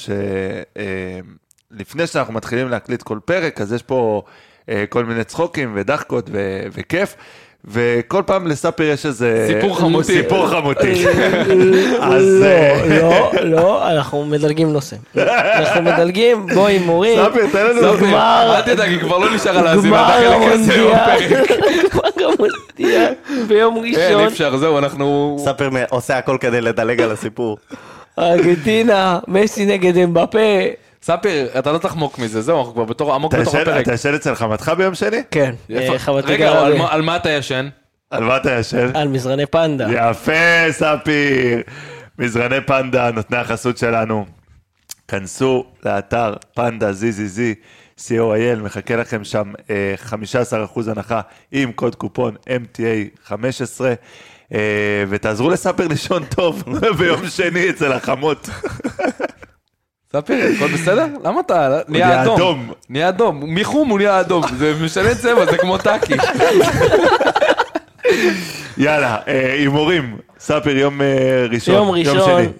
S1: שלפני שאנחנו מתחילים להקליט כל פרק, אז יש פה אה, כל מיני צחוקים ודחקות ו- וכיף, וכל פעם לספיר יש איזה...
S2: סיפור חמותי.
S1: סיפור חמותי. אז אה,
S3: לא, לא, לא, אנחנו מדלגים נושא. אנחנו מדלגים, בוא הימורים.
S1: אה, ספיר, תן לנו...
S2: ספיר,
S3: גמר-
S2: לא, אל תדאג, היא כבר לא נשארה להאזין עד
S3: גמר
S2: החלק הזה
S3: המונדיאל,
S2: בפרק.
S3: גמר המונדיאל, ביום
S2: אין, אי
S3: ראשון,
S2: כן, אפשר, זהו, אנחנו...
S4: ספיר מ- עושה הכל כדי לדלג על הסיפור.
S3: ארגנטינה, מסי נגד אמבפה.
S2: ספיר, אתה לא תחמוק מזה, זהו, אנחנו כבר בתור עמוק
S1: אתה
S2: בתוך
S1: ישן-
S2: הפרק.
S1: אתה ישן אצל חמתך ביום שני?
S3: כן,
S2: איפה-
S3: אה, חוות
S2: רגע,
S3: הגרבי.
S2: על מה- על מה אתה ישן?
S1: על מה אתה ישן?
S3: על מזרני פנדה.
S1: יפה, ספיר. מזרני פנדה, נותני החסות שלנו. כנסו לאתר פנדה ZZZ, co.il, מחכה לכם שם אה, 15% הנחה עם קוד קופון MTA15, אה, ותעזרו לספיר לישון טוב ביום שני אצל החמות.
S2: ספיר, הכל בסדר? למה אתה...
S1: נהיה
S2: נהיה אדום.
S1: אדום.
S2: נהיה אדום. מחום הוא נהיה אדום. זה משנה צבע, זה כמו טאקי.
S1: יאללה, אה, הימורים. ספיר, יום אה, ראשון.
S3: יום ראשון.
S1: שני.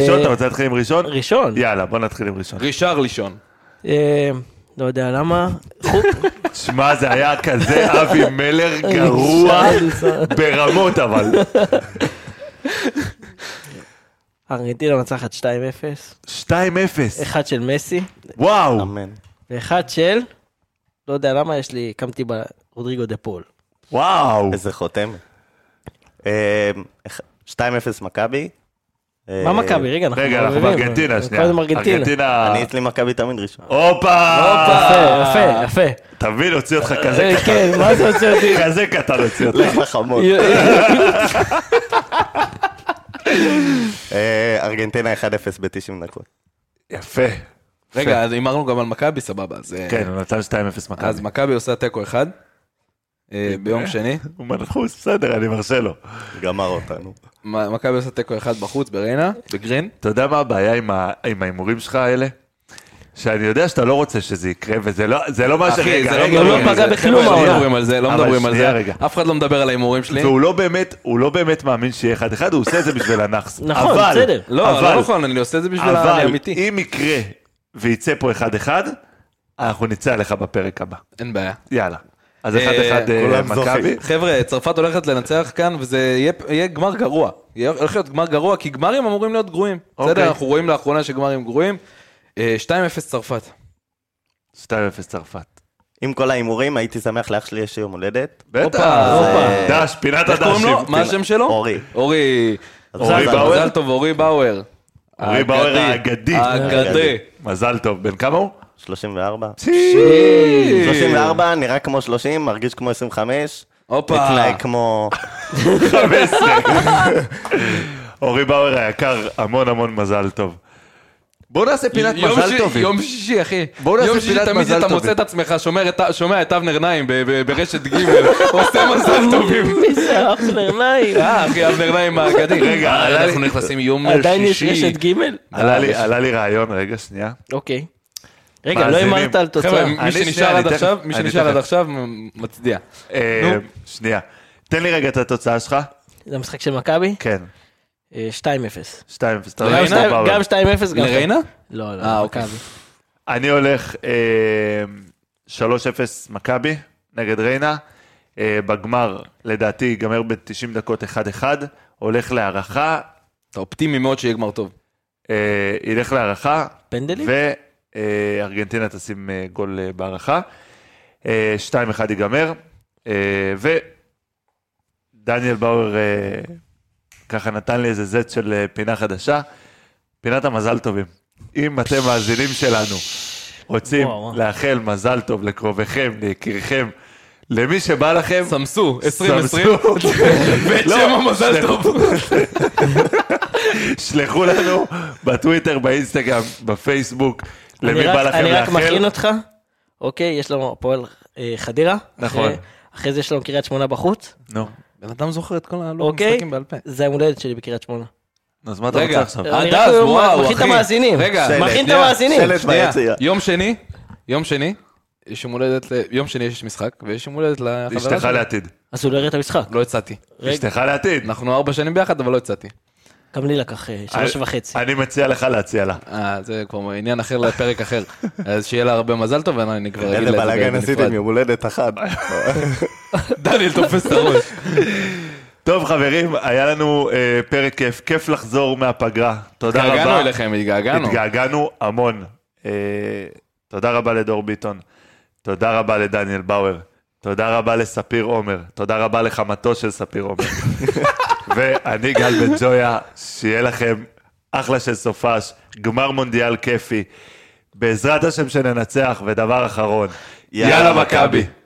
S1: ראשון,
S3: אה,
S1: אתה רוצה להתחיל עם ראשון?
S3: ראשון.
S1: יאללה, בוא נתחיל עם ראשון.
S2: רישר לישון.
S3: אה, לא יודע למה.
S1: שמע, זה היה כזה אבי מלר גרוע ברמות אבל.
S3: ארגנטינה מנצחת 2-0,
S1: 2-0,
S3: אחד של מסי,
S1: וואו.
S4: אמן.
S3: ואחד של, לא יודע למה יש לי, קמתי ברודריגו דה פול.
S1: וואו.
S2: אוקיי.
S4: איזה חותם. אה, 2-0 מכבי. אה,
S3: מה מכבי? רגע, אנחנו
S1: רגע, אנחנו
S3: מערבבים. אה,
S1: בארגנטינה שנייה.
S3: קודם ארגנטינה.
S4: אני אצלי מכבי תמיד ראשון.
S1: הופה.
S3: יפה, יפה, יפה.
S1: תבין, הוציא אותך כזה
S3: אה, כן, מה זה עושה אותי?
S1: כזה קטן הוציא
S2: אוקיי.
S1: אותך.
S4: לך לחמות. אה, ארגנטינה 1-0 ב-90 דקות.
S1: יפה.
S2: רגע, אז הימרנו גם על מכבי, סבבה. אז, אה,
S1: כן, הוא נתן 2-0
S2: אז
S1: מכבי.
S2: מכבי עושה תיקו אחד. אה, ביום שני.
S1: הוא מנחוס, בסדר, אני מרשה לו.
S4: גמר אותנו.
S2: מ- מכבי עושה תיקו אחד בחוץ, בריינה, בגרין.
S1: אתה יודע מה הבעיה עם ה- עם ההימורים שלך האלה? שאני יודע שאתה לא רוצה שזה יקרה, וזה לא- זה לא מה ש...
S2: אחי,
S1: רגע,
S2: זה לא
S1: רגע,
S2: מדברים
S1: רגע.
S2: על
S3: פגע
S2: זה.
S3: בכלום
S2: חבר'ה, לא
S3: העונה.
S2: מדברים על זה, לא
S1: אבל
S2: מדברים על
S1: שנייה,
S2: זה.
S1: רגע.
S2: אף אחד לא מדבר על ההימורים שלי.
S1: והוא לא באמת, הוא לא באמת מאמין שיהיה אחד אחד, הוא עושה את זה בשביל הנאחס.
S3: נכון,
S1: אבל-
S3: בסדר.
S2: לא,
S1: אבל-
S2: לא נכון, אני עושה את זה בשביל ה... אני
S1: אבל
S2: אמיתי.
S1: אם יקרה ויצא פה אחד אחד, אנחנו נצא עליך בפרק הבא.
S2: אין בעיה.
S1: יאללה. אז
S2: אה,
S1: אחד אחד אה,
S4: כולם
S1: מכבי.
S4: זוכים.
S2: חבר'ה, צרפת הולכת לנצח כאן, וזה יהיה, יהיה גמר גרוע. יהיה- הולך להיות גמר גרוע, כי גמרים אמורים להיות גרועים. בסדר,
S1: אוקיי.
S2: אנחנו רואים לאחרונה שגמרים גרועים. אה, 2-0 צרפת.
S1: 2-0 צרפת.
S4: עם כל ההימורים, הייתי שמח לאח שלי יש יום הולדת.
S1: בטח. אה,
S2: הופה.
S1: דש, פינת
S2: איך קוראים לו?
S1: הדשים.
S2: מה השם שלו?
S4: אורי.
S2: אורי.
S1: אורי
S2: מזל-
S1: באואר?
S2: מזל טוב, אורי באואר.
S1: אורי באואר האגדי.
S2: האגדי.
S1: מזל טוב. בן כמה הוא?
S4: 34.
S2: שי.
S4: 34, נראה כמו 30, מרגיש כמו 25.
S2: הופה.
S4: מתנהג כמו...
S1: 15. אורי באואר היקר, המון המון מזל טוב. בואו נעשה פינת
S2: יום
S1: מזל
S2: ש-
S1: טובים.
S2: יום שישי, אחי.
S1: בואו נעשה
S2: יום שישי
S1: פינת
S2: תמיד
S1: מזל
S2: אתה מוצא
S1: טובים.
S2: את עצמך שומר את ה- שומע את אבנר נעים ב- ב- ברשת ג' עושה מזל טובים.
S3: מי זה אבנר נעים?
S2: אה, אחי, אבנר נעים האגדי.
S1: רגע,
S2: אה,
S1: עלה לי-
S2: אנחנו נכנסים יום שישי.
S3: עדיין יש רשת ג'?
S1: עלה לי- עלה לי רעיון, רגע, שנייה.
S3: אוקיי. רגע, לא
S1: מאזינים.
S3: אמרת על תוצאה.
S2: חבר'ה, מי
S1: אני
S2: שנשאר
S1: שנייה,
S2: עד
S1: אני תכף-
S2: עכשיו, מי
S1: אני
S2: שנשאר עד
S1: תכף.
S2: עכשיו, מ- מצדיע.
S1: אה,
S2: נו.
S1: שנייה. תן לי רגע את התוצאה שלך.
S3: זה המשחק של מכבי?
S1: כן.
S3: אה, 2-0.
S1: 2-0. אתה
S2: לריינה?
S1: יודע שאתה
S3: לא,
S1: באואר.
S3: גם 2-0 גם...
S2: לריינה?
S3: לא,
S2: אה,
S3: לא,
S2: אוקיי.
S3: מכבי.
S1: אני הולך אה, 3-0 מכבי נגד ריינה. אה, בגמר, לדעתי, ייגמר ב-90 דקות 1-1. הולך להערכה,
S2: אתה אופטימי מאוד שיהיה גמר טוב.
S1: אה, ילך להערכה,
S3: פנדלים?
S1: וארגנטינה תשים אה, גול אה, בהערכה. אה, 2-1 ייגמר, אה, ודניאל באואר אה, ככה נתן לי איזה זט של אה, פינה חדשה, פינת המזל טובים. אם אתם מאזינים שלנו רוצים
S3: וואו, וואו.
S1: לאחל מזל טוב לקרוביכם, ליקיריכם, למי שבא לכם,
S2: סמסו, 2020,
S1: סמסו.
S2: ואת
S1: לא,
S2: שם המזל
S1: שלחו-
S2: טוב.
S1: שלחו לנו בטוויטר, באינסטגרם, בפייסבוק,
S3: אני
S1: למי
S3: רק-
S1: בא לכם
S3: אני רק
S1: לאחל.
S3: מכין אותך. אוקיי, יש לנו הפועל אה, חדרה.
S1: נכון.
S3: אחרי- אחרי זה יש לנו קריית שמונה בחוץ.
S1: נו,
S2: בן אדם זוכר את כל
S3: אוקיי.
S2: המשחקים בעל פה.
S3: זה היום הולדת שלי בקריית שמונה.
S1: אז מה אתה רוצה
S2: רגע,
S1: עכשיו?
S3: אני
S2: עד
S3: רק
S2: אז,
S3: מכין
S2: אה, וואו, אחי.
S3: את המאזינים.
S2: רגע,
S4: שלט.
S3: מכין את
S2: שנייה,
S3: המאזינים.
S4: שלט
S2: שנייה,
S4: ביציע.
S2: יום שני, יום שני, יש יום הולדת, ל- יום שני יש משחק, ויש יום הולדת לחברה
S1: אשתך
S2: שלי.
S1: לעתיד.
S3: אז הוא לא יראה את המשחק.
S2: לא הצעתי.
S3: רגע,
S1: אשתך לעתיד.
S2: אנחנו ארבע שנים ביחד, אבל לא הצעתי.
S3: גם לי לקח אה, שלוש
S1: אני-
S3: וחצי.
S1: אני מציע לך להציע לה.
S2: אה, זה כבר עניין אחר לפרק אחר. אז שיהיה לה הרבה מזל טוב, ואני כבר אגיד
S4: איזה
S2: לה את
S4: בלאגן
S2: זה
S4: עשיתם
S2: בנפרד.
S4: יום הולדת אחד.
S2: דניאל תופס את הראש.
S1: טוב חברים, היה לנו אה, פרק כיף, כיף לחזור מהפגרה. תודה רבה.
S2: התגעגענו אליכם, התגעגענו.
S1: התגעגענו המון. אה, תודה רבה לדור ביטון. תודה רבה לדניאל באואר. תודה רבה לספיר עומר. תודה רבה לחמתו של ספיר עומר. ואני גל בן ג'ויה, שיהיה לכם אחלה של סופש, גמר מונדיאל כיפי. בעזרת השם שננצח, ודבר אחרון, יאללה מכבי.